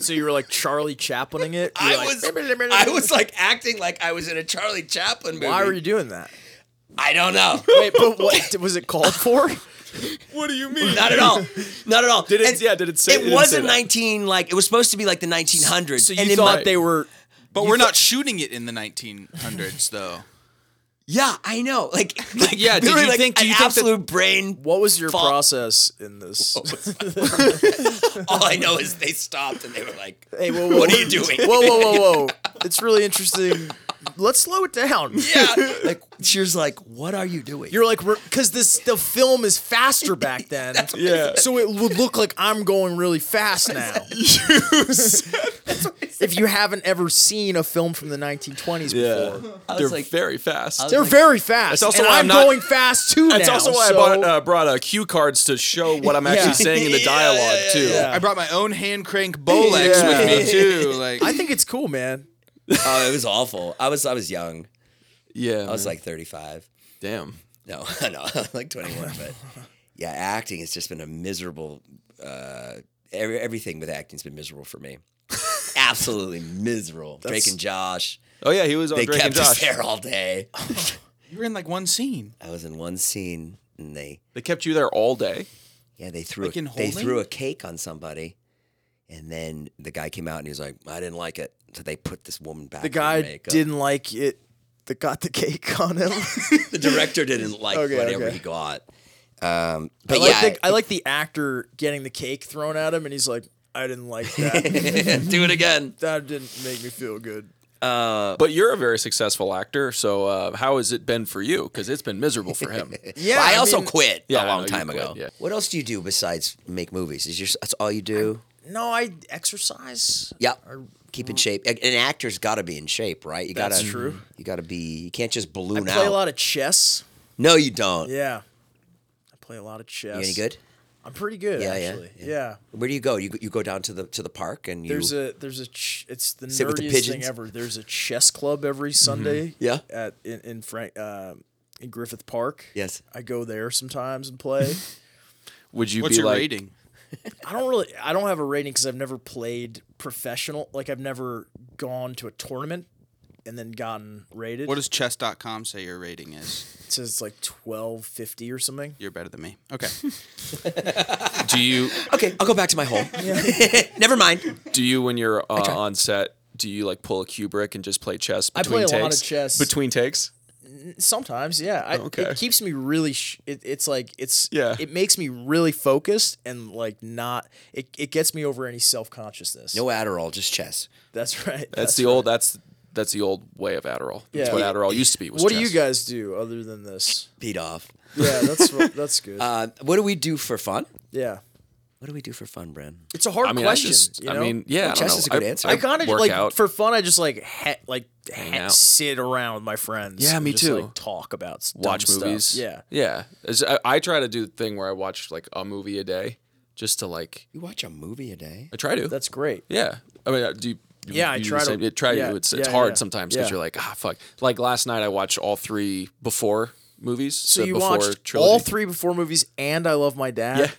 [SPEAKER 2] so you were like Charlie Chaplining it. You were
[SPEAKER 1] I
[SPEAKER 2] like,
[SPEAKER 1] was I was like acting like I was in a Charlie Chaplin movie.
[SPEAKER 2] why were you doing that?
[SPEAKER 1] I don't know.
[SPEAKER 2] Wait, but what was it called for?
[SPEAKER 4] What do you mean?
[SPEAKER 1] Not at all. Not at all. Did
[SPEAKER 4] it- yeah, did it say- did it
[SPEAKER 1] It
[SPEAKER 4] say
[SPEAKER 1] wasn't
[SPEAKER 4] that?
[SPEAKER 1] 19 like it was supposed to be like the 1900s.
[SPEAKER 2] So you
[SPEAKER 1] in
[SPEAKER 2] thought
[SPEAKER 1] my-
[SPEAKER 2] they were
[SPEAKER 3] But we're not shooting it in the 1900s, though.
[SPEAKER 1] Yeah, I know. Like, like
[SPEAKER 4] Yeah, did
[SPEAKER 1] literally,
[SPEAKER 4] you
[SPEAKER 1] like,
[SPEAKER 4] think- do
[SPEAKER 1] an
[SPEAKER 4] you think that-
[SPEAKER 1] absolute brain
[SPEAKER 2] what was your
[SPEAKER 1] Fuck.
[SPEAKER 2] process in this?
[SPEAKER 1] all I know is they stopped and they were like
[SPEAKER 2] Hey, whoa,
[SPEAKER 1] What are you doing?
[SPEAKER 2] Whoa, whoa, whoa, whoa. It's really interesting. Let's slow it down.
[SPEAKER 1] Yeah. like she was like, What are you doing?
[SPEAKER 2] You're like, because this the film is faster back then.
[SPEAKER 4] Yeah.
[SPEAKER 2] So it would look like I'm going really fast now. if you haven't ever seen a film from the 1920s
[SPEAKER 4] Yeah.
[SPEAKER 2] before,
[SPEAKER 1] I
[SPEAKER 4] They're
[SPEAKER 1] was like-
[SPEAKER 4] very fast.
[SPEAKER 2] they're very fast.
[SPEAKER 4] That's also
[SPEAKER 2] and
[SPEAKER 4] why I'm
[SPEAKER 2] I'm
[SPEAKER 4] not-
[SPEAKER 2] going fast too.
[SPEAKER 4] That's
[SPEAKER 2] now,
[SPEAKER 4] also why
[SPEAKER 2] so-
[SPEAKER 4] I bought, uh, brought uh, cue cards to show what I'm actually
[SPEAKER 2] Yeah.
[SPEAKER 4] saying in the dialogue too.
[SPEAKER 2] yeah.
[SPEAKER 3] I brought my own hand crank Bolex
[SPEAKER 4] Yeah.
[SPEAKER 3] with me too. Like
[SPEAKER 2] I think it's cool, man.
[SPEAKER 1] Oh, it was awful. I was I was young.
[SPEAKER 4] Yeah,
[SPEAKER 1] I was like thirty five.
[SPEAKER 4] damn.
[SPEAKER 1] No, no, I'm like 21, but yeah, acting has just been a miserable. Uh, every, everything with acting's been miserable for me. Absolutely miserable. Drake and Josh,
[SPEAKER 4] Oh yeah, he was on
[SPEAKER 1] they
[SPEAKER 4] Drake and
[SPEAKER 1] kept us
[SPEAKER 4] Josh.
[SPEAKER 1] there all day.
[SPEAKER 3] you were in like one scene.
[SPEAKER 1] I was in one scene, and they
[SPEAKER 4] They kept you there all day.
[SPEAKER 1] yeah they threw
[SPEAKER 3] Like
[SPEAKER 1] a,
[SPEAKER 3] in
[SPEAKER 1] they
[SPEAKER 3] Holding?
[SPEAKER 1] threw a cake on somebody, and then the guy came out and he was like, "I didn't like it," so they put this woman back.
[SPEAKER 2] The
[SPEAKER 1] in
[SPEAKER 2] guy
[SPEAKER 1] makeup.
[SPEAKER 2] didn't like it. That got the cake on him.
[SPEAKER 1] The director didn't like
[SPEAKER 2] Okay,
[SPEAKER 1] whatever
[SPEAKER 2] okay.
[SPEAKER 1] he got. Um,
[SPEAKER 2] I
[SPEAKER 1] but
[SPEAKER 2] like,
[SPEAKER 1] yeah,
[SPEAKER 2] the, I like the actor getting the cake thrown at him, and he's like, "I didn't like that.
[SPEAKER 1] do it again.
[SPEAKER 2] that didn't make me feel good."
[SPEAKER 4] But you're a very successful actor, so uh, how has it been for you? Because it's been miserable for him.
[SPEAKER 2] Yeah,
[SPEAKER 1] Well, I,
[SPEAKER 2] I
[SPEAKER 1] also
[SPEAKER 2] mean-
[SPEAKER 1] quit
[SPEAKER 4] Yeah,
[SPEAKER 1] a
[SPEAKER 4] I know,
[SPEAKER 1] long
[SPEAKER 4] you
[SPEAKER 1] time
[SPEAKER 4] quit,
[SPEAKER 1] ago.
[SPEAKER 4] yeah.
[SPEAKER 1] What else do you do besides make movies? Is your that's all you do?
[SPEAKER 2] No, I exercise.
[SPEAKER 1] yep. Keep in shape. An an actor's got to be in shape, right? You gotta,
[SPEAKER 2] That's true.
[SPEAKER 1] You got to be. You can't just balloon
[SPEAKER 2] Play a
[SPEAKER 1] out.
[SPEAKER 2] lot of chess.
[SPEAKER 1] no, you don't.
[SPEAKER 2] Yeah, I play a lot of chess.
[SPEAKER 1] You any good?
[SPEAKER 2] I'm pretty good.
[SPEAKER 1] Yeah, yeah,
[SPEAKER 2] actually.
[SPEAKER 1] yeah.
[SPEAKER 2] Yeah.
[SPEAKER 1] Where do you go? You go- you go down to the to the park and you.
[SPEAKER 2] There's a there's a ch- it's the
[SPEAKER 1] Sit with the
[SPEAKER 2] nerdiest thing
[SPEAKER 1] pigeons? Mm-hmm.
[SPEAKER 2] ever. There's a chess club every Sunday.
[SPEAKER 1] Yeah.
[SPEAKER 2] At in in Frank uh, in Griffith Park.
[SPEAKER 1] Yes.
[SPEAKER 2] I go there sometimes and play.
[SPEAKER 4] Would you
[SPEAKER 3] What's
[SPEAKER 4] be
[SPEAKER 3] your
[SPEAKER 4] like?
[SPEAKER 3] rating?
[SPEAKER 2] I don't really I don't have a rating because I've never played professional. Like I've never gone to a tournament and then gotten rated.
[SPEAKER 3] What does chess.com say your rating is?
[SPEAKER 2] it says like twelve fifty or something.
[SPEAKER 3] You're better than me. Okay.
[SPEAKER 4] Do you
[SPEAKER 1] okay, I'll go back to my hole. Never mind.
[SPEAKER 4] do you when you're uh, on set? Do you like pull a Kubrick and just play chess between
[SPEAKER 2] play a
[SPEAKER 4] takes?
[SPEAKER 2] lot of chess.
[SPEAKER 4] between takes.
[SPEAKER 2] Sometimes, yeah. I,
[SPEAKER 4] Okay.
[SPEAKER 2] It keeps me really. Sh- it, it's like it's.
[SPEAKER 4] Yeah.
[SPEAKER 2] It makes me really focused and like not. It, it gets me over any self consciousness.
[SPEAKER 1] No Adderall, just chess.
[SPEAKER 2] That's right.
[SPEAKER 4] That's, the old. That's that's the old way of Adderall. That's
[SPEAKER 2] Yeah.
[SPEAKER 4] what Adderall used to be. Was
[SPEAKER 2] What
[SPEAKER 4] chess.
[SPEAKER 2] do you guys do other than this?
[SPEAKER 1] Beat off.
[SPEAKER 2] Yeah, that's what- that's good.
[SPEAKER 1] Uh, what do we do for fun?
[SPEAKER 2] yeah.
[SPEAKER 1] What do we do for fun, Bran?
[SPEAKER 2] It's a hard
[SPEAKER 4] I mean,
[SPEAKER 2] question.
[SPEAKER 4] I just.
[SPEAKER 2] you
[SPEAKER 4] I
[SPEAKER 2] know?
[SPEAKER 4] mean, yeah. I don't
[SPEAKER 1] chess
[SPEAKER 4] know.
[SPEAKER 1] is a good
[SPEAKER 4] I-
[SPEAKER 1] answer.
[SPEAKER 2] I kind of
[SPEAKER 4] work
[SPEAKER 2] like
[SPEAKER 4] out.
[SPEAKER 2] for fun. I just like he- like he-
[SPEAKER 4] out.
[SPEAKER 2] sit around with my friends.
[SPEAKER 4] Yeah,
[SPEAKER 2] and
[SPEAKER 4] me
[SPEAKER 2] just,
[SPEAKER 4] too.
[SPEAKER 2] Like, talk about s- dumb
[SPEAKER 4] watch
[SPEAKER 2] stuff.
[SPEAKER 4] movies.
[SPEAKER 2] Yeah.
[SPEAKER 4] yeah. As- I, I try to do the thing where I watch like a movie a day, just to like.
[SPEAKER 1] You watch a movie a day?
[SPEAKER 4] I try to.
[SPEAKER 2] That's great.
[SPEAKER 4] yeah. I mean, uh, do you? you-
[SPEAKER 2] Yeah, I
[SPEAKER 4] you do
[SPEAKER 2] try
[SPEAKER 4] the
[SPEAKER 2] to-
[SPEAKER 4] same- it- try
[SPEAKER 2] yeah,
[SPEAKER 4] to. It's it's
[SPEAKER 2] yeah,
[SPEAKER 4] hard
[SPEAKER 2] yeah,
[SPEAKER 4] sometimes because
[SPEAKER 2] yeah.
[SPEAKER 4] you're like, ah, fuck. Like last night, I watched all three before movies.
[SPEAKER 2] So you
[SPEAKER 4] before
[SPEAKER 2] watched
[SPEAKER 4] trilogy.
[SPEAKER 2] all three before movies and I Love My Dad.
[SPEAKER 4] Yeah.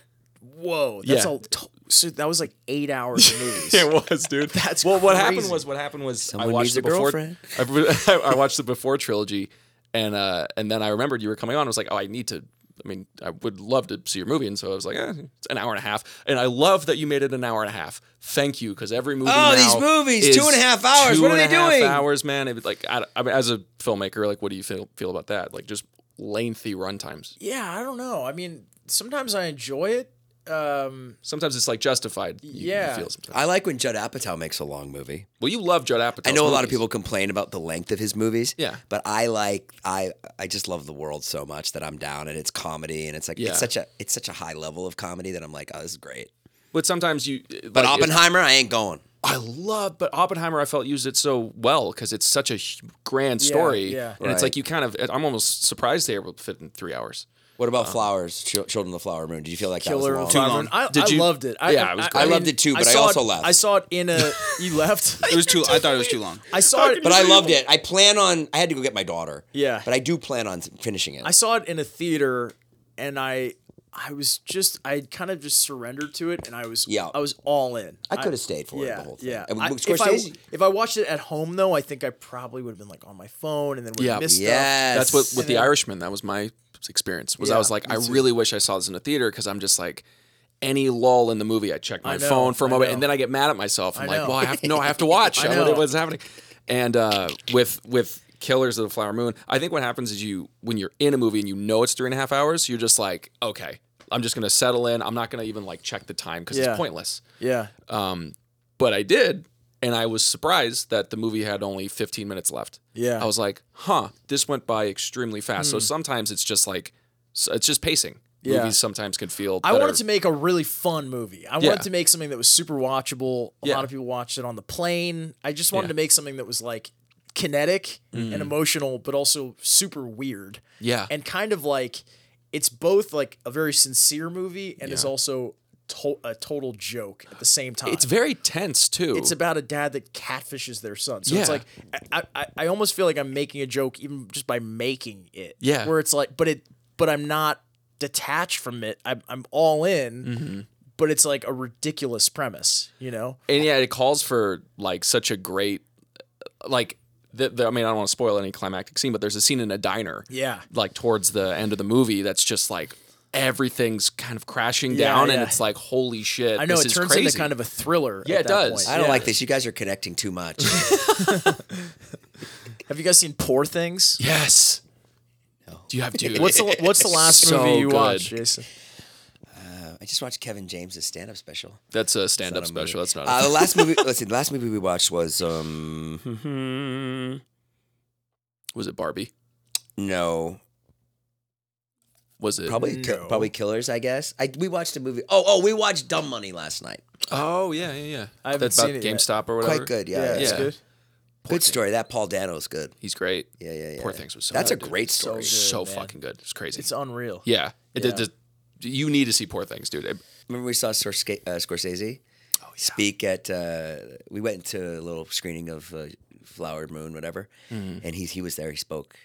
[SPEAKER 2] Whoa, that's
[SPEAKER 4] Yeah.
[SPEAKER 2] a t- so that was like eight hours of movies.
[SPEAKER 4] It was, dude.
[SPEAKER 2] That's
[SPEAKER 4] well. What happened
[SPEAKER 2] crazy.
[SPEAKER 4] was what happened was I
[SPEAKER 1] Someone
[SPEAKER 4] watched
[SPEAKER 1] needs
[SPEAKER 4] the
[SPEAKER 1] a
[SPEAKER 4] before.
[SPEAKER 1] girlfriend.
[SPEAKER 4] I, I watched the before trilogy, and uh, and then I remembered you were coming on. I was like, oh, I need to I mean, I would love to see your movie. And so I was like, eh, it's an hour and a half. And I love that you made it an hour and a half. Thank you, because every movie.
[SPEAKER 1] Oh,
[SPEAKER 4] now
[SPEAKER 1] these movies,
[SPEAKER 4] is
[SPEAKER 1] two and a half hours.
[SPEAKER 4] two
[SPEAKER 1] What are
[SPEAKER 4] and
[SPEAKER 1] they
[SPEAKER 4] a half
[SPEAKER 1] doing?
[SPEAKER 4] Hours, man. It, was like, I, I mean, as a filmmaker, like, what do you feel feel about that? Like, just lengthy runtimes.
[SPEAKER 2] Yeah, I don't know. I mean, sometimes I enjoy it. Um,
[SPEAKER 4] Sometimes it's like justified. You, you
[SPEAKER 2] Yeah.
[SPEAKER 4] feel sometimes.
[SPEAKER 1] I like when Judd Apatow makes a long movie.
[SPEAKER 4] Well, you love Judd Apatow.
[SPEAKER 1] I know a lot of people complain about the length of his movies.
[SPEAKER 4] Yeah.
[SPEAKER 1] But I like I I just love the world so much that I'm down and it's comedy and it's like
[SPEAKER 4] Yeah.
[SPEAKER 1] it's such a it's such a high level of comedy that I'm like, oh, this is great.
[SPEAKER 4] But sometimes you.
[SPEAKER 1] But
[SPEAKER 4] like, if-
[SPEAKER 1] Oppenheimer, I ain't going.
[SPEAKER 4] I love, but Oppenheimer, I felt used it so well because it's such a hu- grand story,
[SPEAKER 2] yeah.
[SPEAKER 4] and
[SPEAKER 1] Right.
[SPEAKER 4] it's like you kind of. I'm almost surprised they were able to fit in three hours.
[SPEAKER 1] What about Flowers, Ch- Children of the Flower Moon? Did you feel like
[SPEAKER 2] Killer
[SPEAKER 1] that
[SPEAKER 2] and
[SPEAKER 1] was
[SPEAKER 3] Too
[SPEAKER 1] long?
[SPEAKER 3] Flower-
[SPEAKER 2] Sovereign. I,
[SPEAKER 4] Did
[SPEAKER 2] I
[SPEAKER 4] you-
[SPEAKER 2] loved it. I,
[SPEAKER 4] Yeah, it was great. I
[SPEAKER 1] loved it too, but I
[SPEAKER 2] saw
[SPEAKER 1] also
[SPEAKER 2] it-
[SPEAKER 1] laughed.
[SPEAKER 2] I saw it in a. You left.
[SPEAKER 3] It was too. I thought it was too long.
[SPEAKER 2] I saw it.
[SPEAKER 1] But I loved it. I plan on I had to go get my daughter.
[SPEAKER 2] Yeah.
[SPEAKER 1] But I do plan on finishing it.
[SPEAKER 2] I saw it in a theater, and I, I was just, I kind of just surrendered to it, and I was,
[SPEAKER 1] Yeah.
[SPEAKER 2] I was all in.
[SPEAKER 1] I could have stayed for it
[SPEAKER 2] Yeah,
[SPEAKER 1] the whole thing.
[SPEAKER 2] yeah.
[SPEAKER 1] And
[SPEAKER 2] I- if, I,
[SPEAKER 1] Scorsese-
[SPEAKER 2] if I watched it at home though, I think I probably would have been like on my phone and then would have
[SPEAKER 4] Yeah.
[SPEAKER 2] missed
[SPEAKER 1] Yes.
[SPEAKER 4] That's what with the
[SPEAKER 2] Yeah.
[SPEAKER 4] Irishman. That was my experience. Was I
[SPEAKER 2] Yeah,
[SPEAKER 4] was like,
[SPEAKER 2] me
[SPEAKER 4] I really wish I saw this in a theater because I'm just like, any lull in the movie, I check my
[SPEAKER 2] know,
[SPEAKER 4] phone for a
[SPEAKER 2] I
[SPEAKER 4] moment,
[SPEAKER 2] know.
[SPEAKER 4] and then I get mad at myself. I'm
[SPEAKER 2] I
[SPEAKER 4] like,
[SPEAKER 2] know.
[SPEAKER 4] well, I have no, I have to watch.
[SPEAKER 2] I
[SPEAKER 4] I don't know
[SPEAKER 2] know.
[SPEAKER 4] what's happening. And uh, with with Killers of the Flower Moon, I think what happens is you when you're in a movie and you know it's three and a half hours, you're just like, okay, I'm just gonna settle in. I'm not gonna even like check the time because
[SPEAKER 2] Yeah.
[SPEAKER 4] it's pointless.
[SPEAKER 2] stuff. Yeah.
[SPEAKER 4] But I did, and I was surprised that the movie had only 15 minutes left.
[SPEAKER 2] Yeah. Hmm.
[SPEAKER 4] I was like, huh, this went by extremely fast. So sometimes it's just like, so it's just pacing.
[SPEAKER 2] Yeah.
[SPEAKER 4] Movies sometimes can feel.
[SPEAKER 2] I
[SPEAKER 4] that
[SPEAKER 2] wanted
[SPEAKER 4] are-
[SPEAKER 2] to make a really fun movie. I
[SPEAKER 4] Yeah.
[SPEAKER 2] wanted to make something that was super watchable. A
[SPEAKER 4] Yeah.
[SPEAKER 2] lot of people watched it on the plane. I just wanted to make something that was like kinetic and emotional, but also super weird.
[SPEAKER 4] Yeah.
[SPEAKER 2] And kind of like it's both like a very sincere movie and is also to- a total joke at the same time.
[SPEAKER 4] it's very tense too.
[SPEAKER 2] it's about a dad that catfishes their son. So it's
[SPEAKER 4] Yeah.
[SPEAKER 2] like I, I, I almost feel like I'm making a joke even just by making it.
[SPEAKER 4] Yeah.
[SPEAKER 2] Where it's like, but it, but I'm not detached from it. I'm, I'm all in.
[SPEAKER 4] Mm-hmm.
[SPEAKER 2] But it's like a ridiculous premise, you know.
[SPEAKER 4] and yeah, it calls for like such a great, uh, like, the, the, I mean, I don't want to spoil any climactic scene, but there's a scene in a diner.
[SPEAKER 2] Yeah.
[SPEAKER 4] Like towards the end of the movie, that's just like everything's kind of crashing
[SPEAKER 2] Yeah,
[SPEAKER 4] down, and
[SPEAKER 2] yeah.
[SPEAKER 4] it's like, holy shit!
[SPEAKER 2] I know
[SPEAKER 4] this
[SPEAKER 2] it
[SPEAKER 4] is
[SPEAKER 2] turns
[SPEAKER 4] crazy.
[SPEAKER 2] into kind of a thriller.
[SPEAKER 4] Yeah,
[SPEAKER 2] at
[SPEAKER 4] it
[SPEAKER 2] that
[SPEAKER 4] does.
[SPEAKER 2] point.
[SPEAKER 1] I don't
[SPEAKER 2] Yeah.
[SPEAKER 1] like this. You guys are connecting too much. Uh,
[SPEAKER 2] Have you guys seen Poor Things?
[SPEAKER 4] yes. Do you have two?
[SPEAKER 2] What's the What's the last
[SPEAKER 4] So
[SPEAKER 2] movie you
[SPEAKER 4] good.
[SPEAKER 2] watched, Jason?
[SPEAKER 1] I just watched Kevin James' stand-up special.
[SPEAKER 4] That's a stand-up
[SPEAKER 1] It's not a
[SPEAKER 4] special.
[SPEAKER 1] movie.
[SPEAKER 4] That's not.
[SPEAKER 1] Uh,
[SPEAKER 4] a
[SPEAKER 1] the last movie. let's see. The last movie we watched was um
[SPEAKER 4] was it Barbie?
[SPEAKER 1] no,
[SPEAKER 4] Was it
[SPEAKER 1] probably ki- probably Killers. I guess. I we watched a movie. Oh oh, we watched Dumb Money last night.
[SPEAKER 4] Oh yeah, yeah, yeah.
[SPEAKER 2] I haven't
[SPEAKER 4] That's about
[SPEAKER 2] seen it yet.
[SPEAKER 4] GameStop or whatever.
[SPEAKER 1] Quite good. Yeah.
[SPEAKER 2] it's
[SPEAKER 4] yeah.
[SPEAKER 2] good.
[SPEAKER 1] Good story. That Paul Dano's good.
[SPEAKER 4] He's great.
[SPEAKER 1] Yeah yeah yeah.
[SPEAKER 4] Poor Things was so.
[SPEAKER 1] That's a
[SPEAKER 4] good, dude.
[SPEAKER 1] great
[SPEAKER 4] So,
[SPEAKER 1] story.
[SPEAKER 2] good, man.
[SPEAKER 4] fucking good. It's crazy.
[SPEAKER 2] It's unreal.
[SPEAKER 4] yeah. It,
[SPEAKER 2] Yeah.
[SPEAKER 4] it- it- you need to see Poor Things, dude. It-
[SPEAKER 1] Remember we saw Scorsese, uh, Scorsese
[SPEAKER 4] Oh,
[SPEAKER 1] speak at. Uh, we went to a little screening of uh, Flower Moon, whatever,
[SPEAKER 4] Mm-hmm.
[SPEAKER 1] and he he was there. He spoke,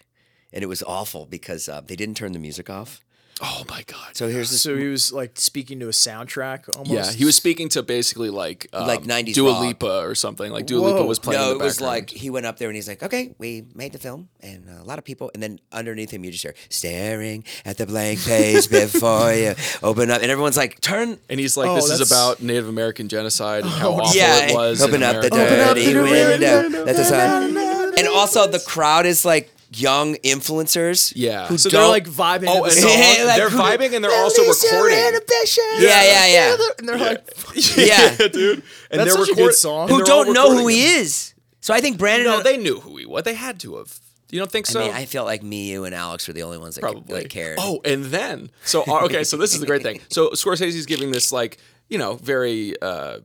[SPEAKER 1] and it was awful because uh, they didn't turn the music off.
[SPEAKER 4] oh my god.
[SPEAKER 1] So here's this
[SPEAKER 2] So he was like speaking to a soundtrack almost.
[SPEAKER 4] yeah, he was speaking to basically like um,
[SPEAKER 1] Like 90s
[SPEAKER 4] Dua
[SPEAKER 1] rock.
[SPEAKER 4] Lipa or something. Like Dua Lipa
[SPEAKER 2] Whoa.
[SPEAKER 4] was playing.
[SPEAKER 1] no,
[SPEAKER 4] in the
[SPEAKER 1] it was like
[SPEAKER 4] background.
[SPEAKER 1] he went up there and he's like, "Okay, we made the film, and uh, a lot of people." And then underneath him, you just hear staring at the blank page before you open up, and everyone's like, "Turn."
[SPEAKER 4] and he's like,
[SPEAKER 2] Oh,
[SPEAKER 4] "This is
[SPEAKER 2] that's- Oh,
[SPEAKER 4] about Native American genocide and how awful
[SPEAKER 1] yeah,
[SPEAKER 4] it was." in
[SPEAKER 1] open up the
[SPEAKER 4] America.
[SPEAKER 1] dirty
[SPEAKER 2] Open up the dirty
[SPEAKER 1] window. That's the sun. And also, the crowd is like young influencers.
[SPEAKER 4] Yeah.
[SPEAKER 1] who
[SPEAKER 4] So
[SPEAKER 2] They're
[SPEAKER 1] don't-
[SPEAKER 2] like vibing.
[SPEAKER 4] Oh,
[SPEAKER 2] to the
[SPEAKER 4] and
[SPEAKER 2] song.
[SPEAKER 4] all-
[SPEAKER 1] Like,
[SPEAKER 4] they're
[SPEAKER 1] who-
[SPEAKER 4] vibing and they're also recording.
[SPEAKER 1] Yeah, yeah, yeah.
[SPEAKER 2] and they're like,
[SPEAKER 1] Yeah.
[SPEAKER 4] dude. And
[SPEAKER 2] That's
[SPEAKER 4] they're
[SPEAKER 2] such a good
[SPEAKER 4] recording-
[SPEAKER 2] song.
[SPEAKER 4] and
[SPEAKER 2] Who
[SPEAKER 1] Who
[SPEAKER 4] they're all
[SPEAKER 1] don't know who
[SPEAKER 4] recording
[SPEAKER 1] he
[SPEAKER 4] him.
[SPEAKER 1] is. So I think Brandon.
[SPEAKER 4] No, they knew who he was. They had to have. You don't think
[SPEAKER 1] uh, I
[SPEAKER 4] so?
[SPEAKER 1] mean, I felt like me, you, and Alex were the only ones that could-
[SPEAKER 4] Probably.
[SPEAKER 1] that cared.
[SPEAKER 4] Oh, and then so uh, okay, so this is the great thing. So Scorsese's giving this like you know very uh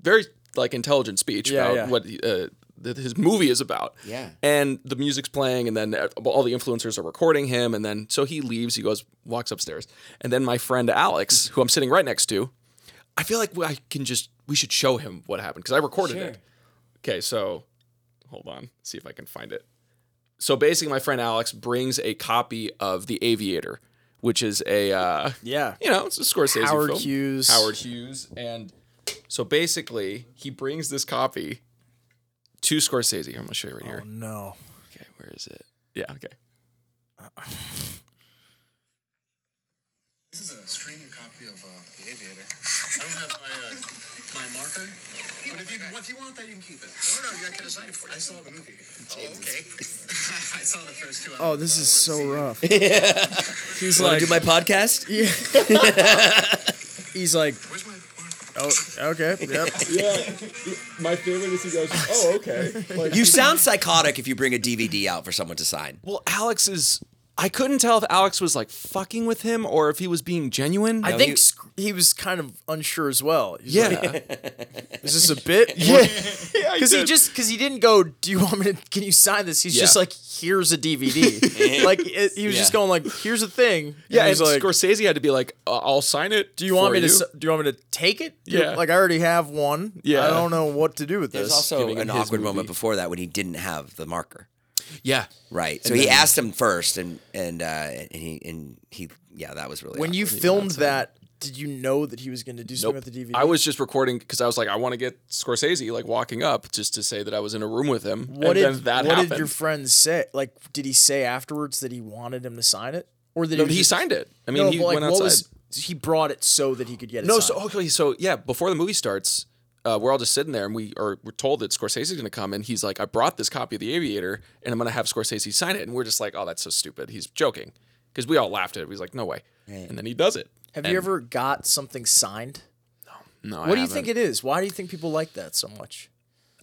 [SPEAKER 4] very like intelligent speech
[SPEAKER 2] Yeah,
[SPEAKER 4] about
[SPEAKER 2] yeah.
[SPEAKER 4] what uh, th- his movie is about.
[SPEAKER 1] Yeah.
[SPEAKER 4] and the music's playing, and then uh, all the influencers are recording him, and then so he leaves. He goes walks upstairs, and then my friend Alex, who I'm sitting right next to, I feel like I can just we should show him what happened because I recorded it. Okay, so hold on, see if I can find it. So basically, my friend Alex brings a copy of The Aviator, which is a uh,
[SPEAKER 2] Yeah.
[SPEAKER 4] you know, it's a Scorsese
[SPEAKER 2] Howard
[SPEAKER 4] film.
[SPEAKER 2] Hughes.
[SPEAKER 4] Howard Hughes, and so basically, he brings this copy to Scorsese. I'm gonna show you right here.
[SPEAKER 2] Oh, No.
[SPEAKER 4] Okay, where is it? Yeah, okay.
[SPEAKER 5] copy of uh, The Aviator. I don't have my uh, my marker, but if you if you want that, you can keep it. No, no, I can assign it for you. I saw the movie. Oh, okay. I saw the first two.
[SPEAKER 2] Oh, this is so rough. he's
[SPEAKER 1] Want
[SPEAKER 2] like,
[SPEAKER 1] to do my podcast?
[SPEAKER 2] he's like,
[SPEAKER 5] Where's my marker?
[SPEAKER 2] oh, okay, yep.
[SPEAKER 4] Yeah. My favorite is he goes, "Oh, okay."
[SPEAKER 1] You sound psychotic if you bring a DVD out for someone to sign.
[SPEAKER 4] well, Alex is. I couldn't tell if Alex was like fucking with him or if he was being genuine.
[SPEAKER 2] I think sc- he was kind of unsure as well. He's like,
[SPEAKER 4] yeah.
[SPEAKER 2] is this a bit?
[SPEAKER 4] yeah.
[SPEAKER 2] Because he just because he didn't go. Do you want me to? Can you sign this? He's just
[SPEAKER 4] Yeah.
[SPEAKER 2] like, here's a DVD. like it, he was just
[SPEAKER 4] Yeah.
[SPEAKER 2] going like, here's a thing. And
[SPEAKER 4] Yeah, and
[SPEAKER 2] he's like,
[SPEAKER 4] Scorsese had to be like, "Uh, "I'll sign it."
[SPEAKER 2] do you want me to? s- Do you want me to take it? You-
[SPEAKER 4] Yeah.
[SPEAKER 2] Like I already have one.
[SPEAKER 4] Yeah.
[SPEAKER 2] I don't know what to do with
[SPEAKER 1] There's
[SPEAKER 2] this.
[SPEAKER 1] also
[SPEAKER 4] giving
[SPEAKER 1] an
[SPEAKER 4] him his
[SPEAKER 1] awkward moment
[SPEAKER 4] movie.
[SPEAKER 1] before that when he didn't have the marker.
[SPEAKER 4] Yeah,
[SPEAKER 1] Right. So he asked him first, and and uh, and he and he yeah, that was really
[SPEAKER 2] when you
[SPEAKER 1] awkward.
[SPEAKER 2] filmed that, did you know that he was going to do something
[SPEAKER 4] Nope.
[SPEAKER 2] with the DVD?
[SPEAKER 4] I was just recording because I was like, I want to get Scorsese like walking up just to say that I was in a room with him.
[SPEAKER 2] What
[SPEAKER 4] and
[SPEAKER 2] did
[SPEAKER 4] then that
[SPEAKER 2] What
[SPEAKER 4] happened.
[SPEAKER 2] did your friend say? Like, did he say afterwards that he wanted him to sign it, or that
[SPEAKER 4] No,
[SPEAKER 2] he, was
[SPEAKER 4] he
[SPEAKER 2] just-
[SPEAKER 4] signed it. I mean,
[SPEAKER 2] No,
[SPEAKER 4] he
[SPEAKER 2] but, like,
[SPEAKER 4] went
[SPEAKER 2] what
[SPEAKER 4] outside.
[SPEAKER 2] was- he brought it so that he could get it.
[SPEAKER 4] no,
[SPEAKER 2] signed.
[SPEAKER 4] so oh, okay, so yeah, before the movie starts, uh, we're all just sitting there and we are we're told that Scorsese's going to come and he's like, I brought this copy of The Aviator and I'm going to have Scorsese sign it, and we're just like, oh, that's so stupid. He's joking because we all laughed at it. We was like, no way, and then he does it.
[SPEAKER 2] Have
[SPEAKER 4] And-
[SPEAKER 2] you ever got something signed?
[SPEAKER 4] No,
[SPEAKER 2] What do you think it is? Why do you think people like that so much?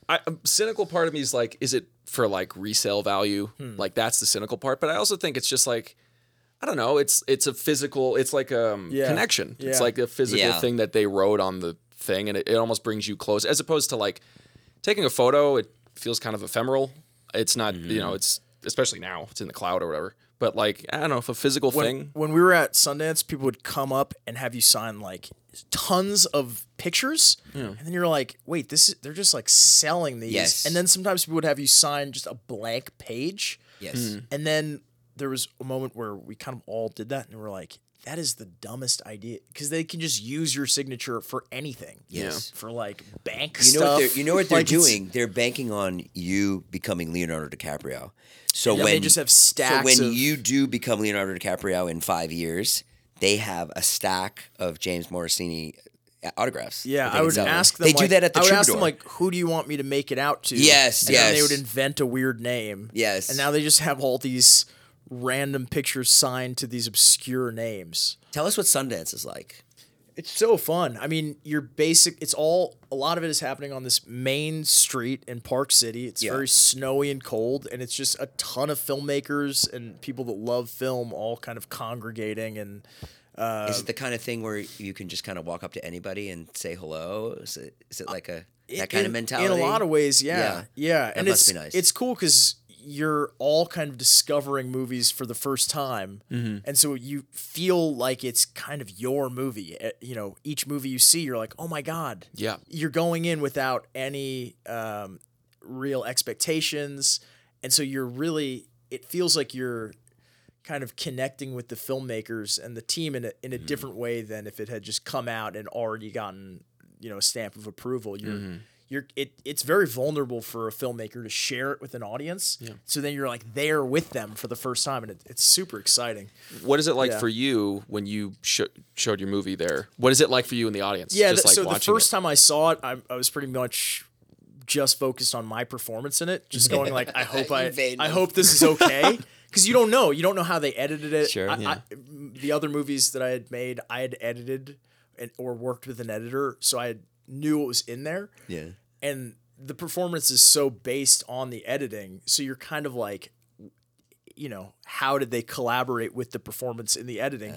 [SPEAKER 4] I, a cynical part of me is like, is it for like resale value?
[SPEAKER 2] Hmm.
[SPEAKER 4] Like that's the cynical part. But I also think it's just like, I don't know. It's it's a physical. It's like a
[SPEAKER 2] Yeah.
[SPEAKER 4] connection. It's
[SPEAKER 2] Yeah.
[SPEAKER 4] like a physical
[SPEAKER 1] Yeah.
[SPEAKER 4] thing that they wrote on the thing, and it, it almost brings you close. As opposed to like taking a photo, it feels kind of ephemeral. It's not
[SPEAKER 2] Mm-hmm.
[SPEAKER 4] you know. It's especially now. It's in the cloud or whatever. But like I don't know if a physical
[SPEAKER 2] When,
[SPEAKER 4] thing.
[SPEAKER 2] when we were at Sundance, people would come up and have you sign like tons of pictures, and then you're like, "Wait, this is, they're just like selling these."
[SPEAKER 1] Yes.
[SPEAKER 2] And then sometimes people would have you sign just a blank page,
[SPEAKER 1] yes.
[SPEAKER 2] and then there was a moment where we kind of all did that, and we were like, "That is the dumbest idea," because they can just use your signature for anything.
[SPEAKER 1] Yes.
[SPEAKER 2] For like bank
[SPEAKER 1] You know what they're
[SPEAKER 2] stuff.
[SPEAKER 1] you know what they're
[SPEAKER 2] Like, it's-
[SPEAKER 1] doing? They're banking on you becoming Leonardo DiCaprio. So
[SPEAKER 2] Yeah,
[SPEAKER 1] when
[SPEAKER 2] they just have stacks
[SPEAKER 1] So when
[SPEAKER 2] of-
[SPEAKER 1] you do become Leonardo DiCaprio in five years, they have a stack of James Morrisini autographs.
[SPEAKER 2] Yeah,
[SPEAKER 1] that they
[SPEAKER 2] I
[SPEAKER 1] can
[SPEAKER 2] would
[SPEAKER 1] sell them.
[SPEAKER 2] ask them.
[SPEAKER 1] They
[SPEAKER 2] like-
[SPEAKER 1] do that at the
[SPEAKER 2] I would
[SPEAKER 1] troubadour.
[SPEAKER 2] ask them like, "Who do you want me to make it out to?"
[SPEAKER 1] Yes,
[SPEAKER 2] and
[SPEAKER 1] yes.
[SPEAKER 2] then they would invent a weird name.
[SPEAKER 1] Yes.
[SPEAKER 2] and now they just have all these random pictures signed to these obscure names.
[SPEAKER 1] Tell us what Sundance is like.
[SPEAKER 2] It's so fun. I mean, you're basic. It's all a lot of it is happening on this main street in Park City. It's
[SPEAKER 1] Yeah.
[SPEAKER 2] very snowy and cold, and it's just a ton of filmmakers and people that love film all kind of congregating and.
[SPEAKER 1] is
[SPEAKER 2] Uh,
[SPEAKER 1] it the kind of thing where you can just kind of walk up to anybody and say hello? Is it, is it like a that kind
[SPEAKER 2] Uh, in,
[SPEAKER 1] of mentality?
[SPEAKER 2] In a lot of ways, yeah,
[SPEAKER 1] Yeah.
[SPEAKER 2] yeah.
[SPEAKER 1] That
[SPEAKER 2] And
[SPEAKER 1] must
[SPEAKER 2] it's
[SPEAKER 1] be nice.
[SPEAKER 2] it's cool because you're all kind of discovering movies for the first time,
[SPEAKER 1] Mm-hmm.
[SPEAKER 2] and so you feel like it's kind of your movie. Eh, You know, each movie you see, you're like, oh my god,
[SPEAKER 4] Yeah.
[SPEAKER 2] You're going in without any um, real expectations, and so you're really. It feels like you're kind of connecting with the filmmakers and the team in a, in a different way than if it had just come out and already gotten you know a stamp of approval you're you're it, it's very vulnerable for a filmmaker to share it with an audience so then you're like there with them for the first time and it, it's super exciting
[SPEAKER 4] What is it like
[SPEAKER 2] Yeah.
[SPEAKER 4] for you when you sho- showed your movie there? What is it like for you in the audience?
[SPEAKER 2] yeah
[SPEAKER 4] just
[SPEAKER 2] th-
[SPEAKER 4] like
[SPEAKER 2] so the
[SPEAKER 4] watching
[SPEAKER 2] first
[SPEAKER 4] it?
[SPEAKER 2] time i saw it I, I was pretty much just focused on my performance in it just going like i hope i
[SPEAKER 1] Invade
[SPEAKER 2] i
[SPEAKER 1] them.
[SPEAKER 2] hope this is okay because you don't know you don't know how they edited it
[SPEAKER 1] Sure.
[SPEAKER 2] I- I- the other movies that i had made i had edited and, or worked with an editor so i knew what was in there
[SPEAKER 1] yeah.
[SPEAKER 2] and the performance is so based on the editing so you're kind of like you know how did they collaborate with the performance in the editing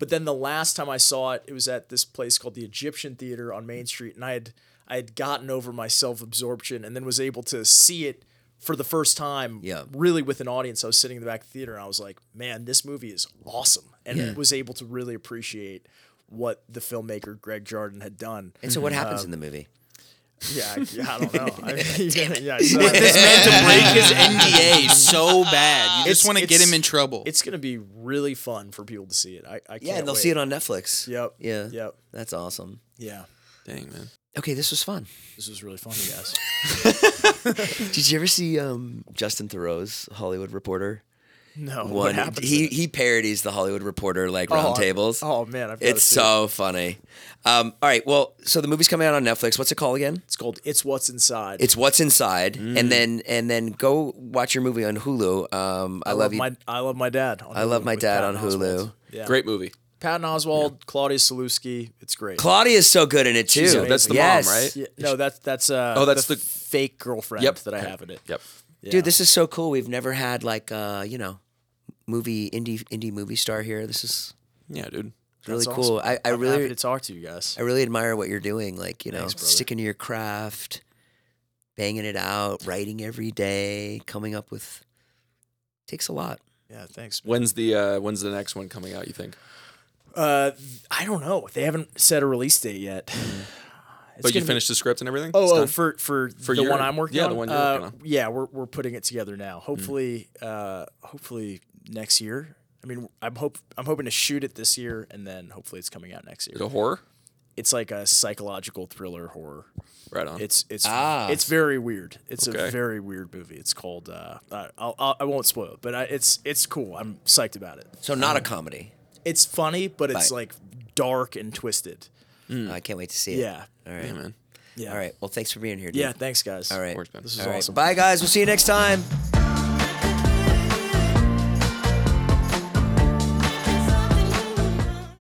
[SPEAKER 2] but then the last time i saw it it was at this place called the egyptian theater on main street and i had i had gotten over my self-absorption and then was able to see it for the first time
[SPEAKER 1] Yeah.
[SPEAKER 2] really with an audience i was sitting in the back of the theater and i was like man this movie is awesome and was able to really appreciate what the filmmaker greg jardin had done
[SPEAKER 1] And so what
[SPEAKER 2] Uh,
[SPEAKER 1] happens in the movie?
[SPEAKER 2] yeah, I, yeah, I don't know. I mean, yeah, so
[SPEAKER 3] This meant to break his NDA so bad. You
[SPEAKER 2] It's-
[SPEAKER 3] just want to get
[SPEAKER 2] it's-
[SPEAKER 3] him in trouble.
[SPEAKER 2] it's gonna be really fun for people to see it. I, I can't
[SPEAKER 1] Yeah, and they'll
[SPEAKER 2] wait.
[SPEAKER 1] see it on Netflix.
[SPEAKER 2] Yep.
[SPEAKER 1] Yeah.
[SPEAKER 2] Yep.
[SPEAKER 1] That's awesome.
[SPEAKER 2] Yeah,
[SPEAKER 4] Dang man.
[SPEAKER 1] Okay, this was fun.
[SPEAKER 2] this was really fun, you guys.
[SPEAKER 1] Did you ever see um, Justin Thoreau's Hollywood Reporter?
[SPEAKER 2] No, what
[SPEAKER 1] one.
[SPEAKER 2] happens
[SPEAKER 1] he
[SPEAKER 2] in it?
[SPEAKER 1] he parodies the Hollywood Reporter like round
[SPEAKER 2] I-
[SPEAKER 1] tables.
[SPEAKER 2] oh, man, I've gotta
[SPEAKER 1] it's
[SPEAKER 2] see
[SPEAKER 1] so funny. Um, all right, well, so the movie's coming out on Netflix. What's it called again?
[SPEAKER 2] It's called It's What's Inside.
[SPEAKER 1] It's What's Inside,
[SPEAKER 2] Mm.
[SPEAKER 1] and then and then go watch your movie on Hulu. Um, I, love, you.
[SPEAKER 2] My, I love my dad. on
[SPEAKER 1] I love
[SPEAKER 2] Hulu
[SPEAKER 1] my
[SPEAKER 2] with
[SPEAKER 1] dad
[SPEAKER 2] Patton
[SPEAKER 1] on Hulu.
[SPEAKER 2] Oswalt. Yeah.
[SPEAKER 4] Great movie.
[SPEAKER 2] Patton Oswald, Claudia Salewski. It's great.
[SPEAKER 1] Claudia is so good in it too.
[SPEAKER 2] She's amazing.
[SPEAKER 4] That's the mom,
[SPEAKER 1] Yes.
[SPEAKER 4] right?
[SPEAKER 2] Yeah, no, that's that's uh,
[SPEAKER 4] Oh, that's the-
[SPEAKER 2] fake girlfriend
[SPEAKER 4] Yep.
[SPEAKER 2] that I have in it.
[SPEAKER 4] Yep.
[SPEAKER 2] Yeah.
[SPEAKER 1] Dude, this is so cool. We've never had like uh, you know, movie indie indie movie star here. This is
[SPEAKER 4] Yeah, dude.
[SPEAKER 1] really
[SPEAKER 2] That's
[SPEAKER 1] cool.
[SPEAKER 2] awesome.
[SPEAKER 1] I, I
[SPEAKER 2] I'm happy
[SPEAKER 1] really
[SPEAKER 2] to talk to you guys.
[SPEAKER 1] I really admire what you're doing. Like, you know,
[SPEAKER 2] Thanks, brother.
[SPEAKER 1] sticking to your craft, banging it out, writing every day, coming up with takes a lot.
[SPEAKER 2] Yeah, thanks.
[SPEAKER 4] When's the uh, when's the next one coming out? You think?
[SPEAKER 2] Uh, I don't know. They haven't set a release date yet. It's
[SPEAKER 4] but you
[SPEAKER 2] gonna be-
[SPEAKER 4] finished the script and everything. It's
[SPEAKER 2] Oh, oh
[SPEAKER 4] done?
[SPEAKER 2] for for,
[SPEAKER 4] For
[SPEAKER 2] the
[SPEAKER 4] your-
[SPEAKER 2] one I'm working
[SPEAKER 4] yeah,
[SPEAKER 2] on.
[SPEAKER 4] the one you're
[SPEAKER 2] Uh,
[SPEAKER 4] working on. Mm.
[SPEAKER 2] Yeah, we're we're putting it together now. Hopefully, uh, hopefully next year. I mean, I'm hope I'm hoping to shoot it this year, and then hopefully it's coming out next
[SPEAKER 4] Is it
[SPEAKER 2] year.
[SPEAKER 4] a horror?
[SPEAKER 2] It's like a psychological thriller horror.
[SPEAKER 4] Right on.
[SPEAKER 2] It's it's
[SPEAKER 1] Ah.
[SPEAKER 2] it's very weird. It's
[SPEAKER 4] Okay.
[SPEAKER 2] a very weird movie. It's called. Uh, I- I'll, I'll I won't spoil it, but I, it's it's cool. I'm psyched about it.
[SPEAKER 1] So not a comedy.
[SPEAKER 2] It's funny, but it's
[SPEAKER 1] Right.
[SPEAKER 2] like dark and twisted.
[SPEAKER 1] I can't wait to see it.
[SPEAKER 2] Yeah.
[SPEAKER 1] All right.
[SPEAKER 4] yeah, man.
[SPEAKER 2] Yeah.
[SPEAKER 1] All right. Well, thanks for being here, dude.
[SPEAKER 2] Yeah. Thanks, guys.
[SPEAKER 1] All right.
[SPEAKER 4] Works, man.
[SPEAKER 2] This is
[SPEAKER 1] All right.
[SPEAKER 2] awesome.
[SPEAKER 1] Bye guys. We'll see you next time.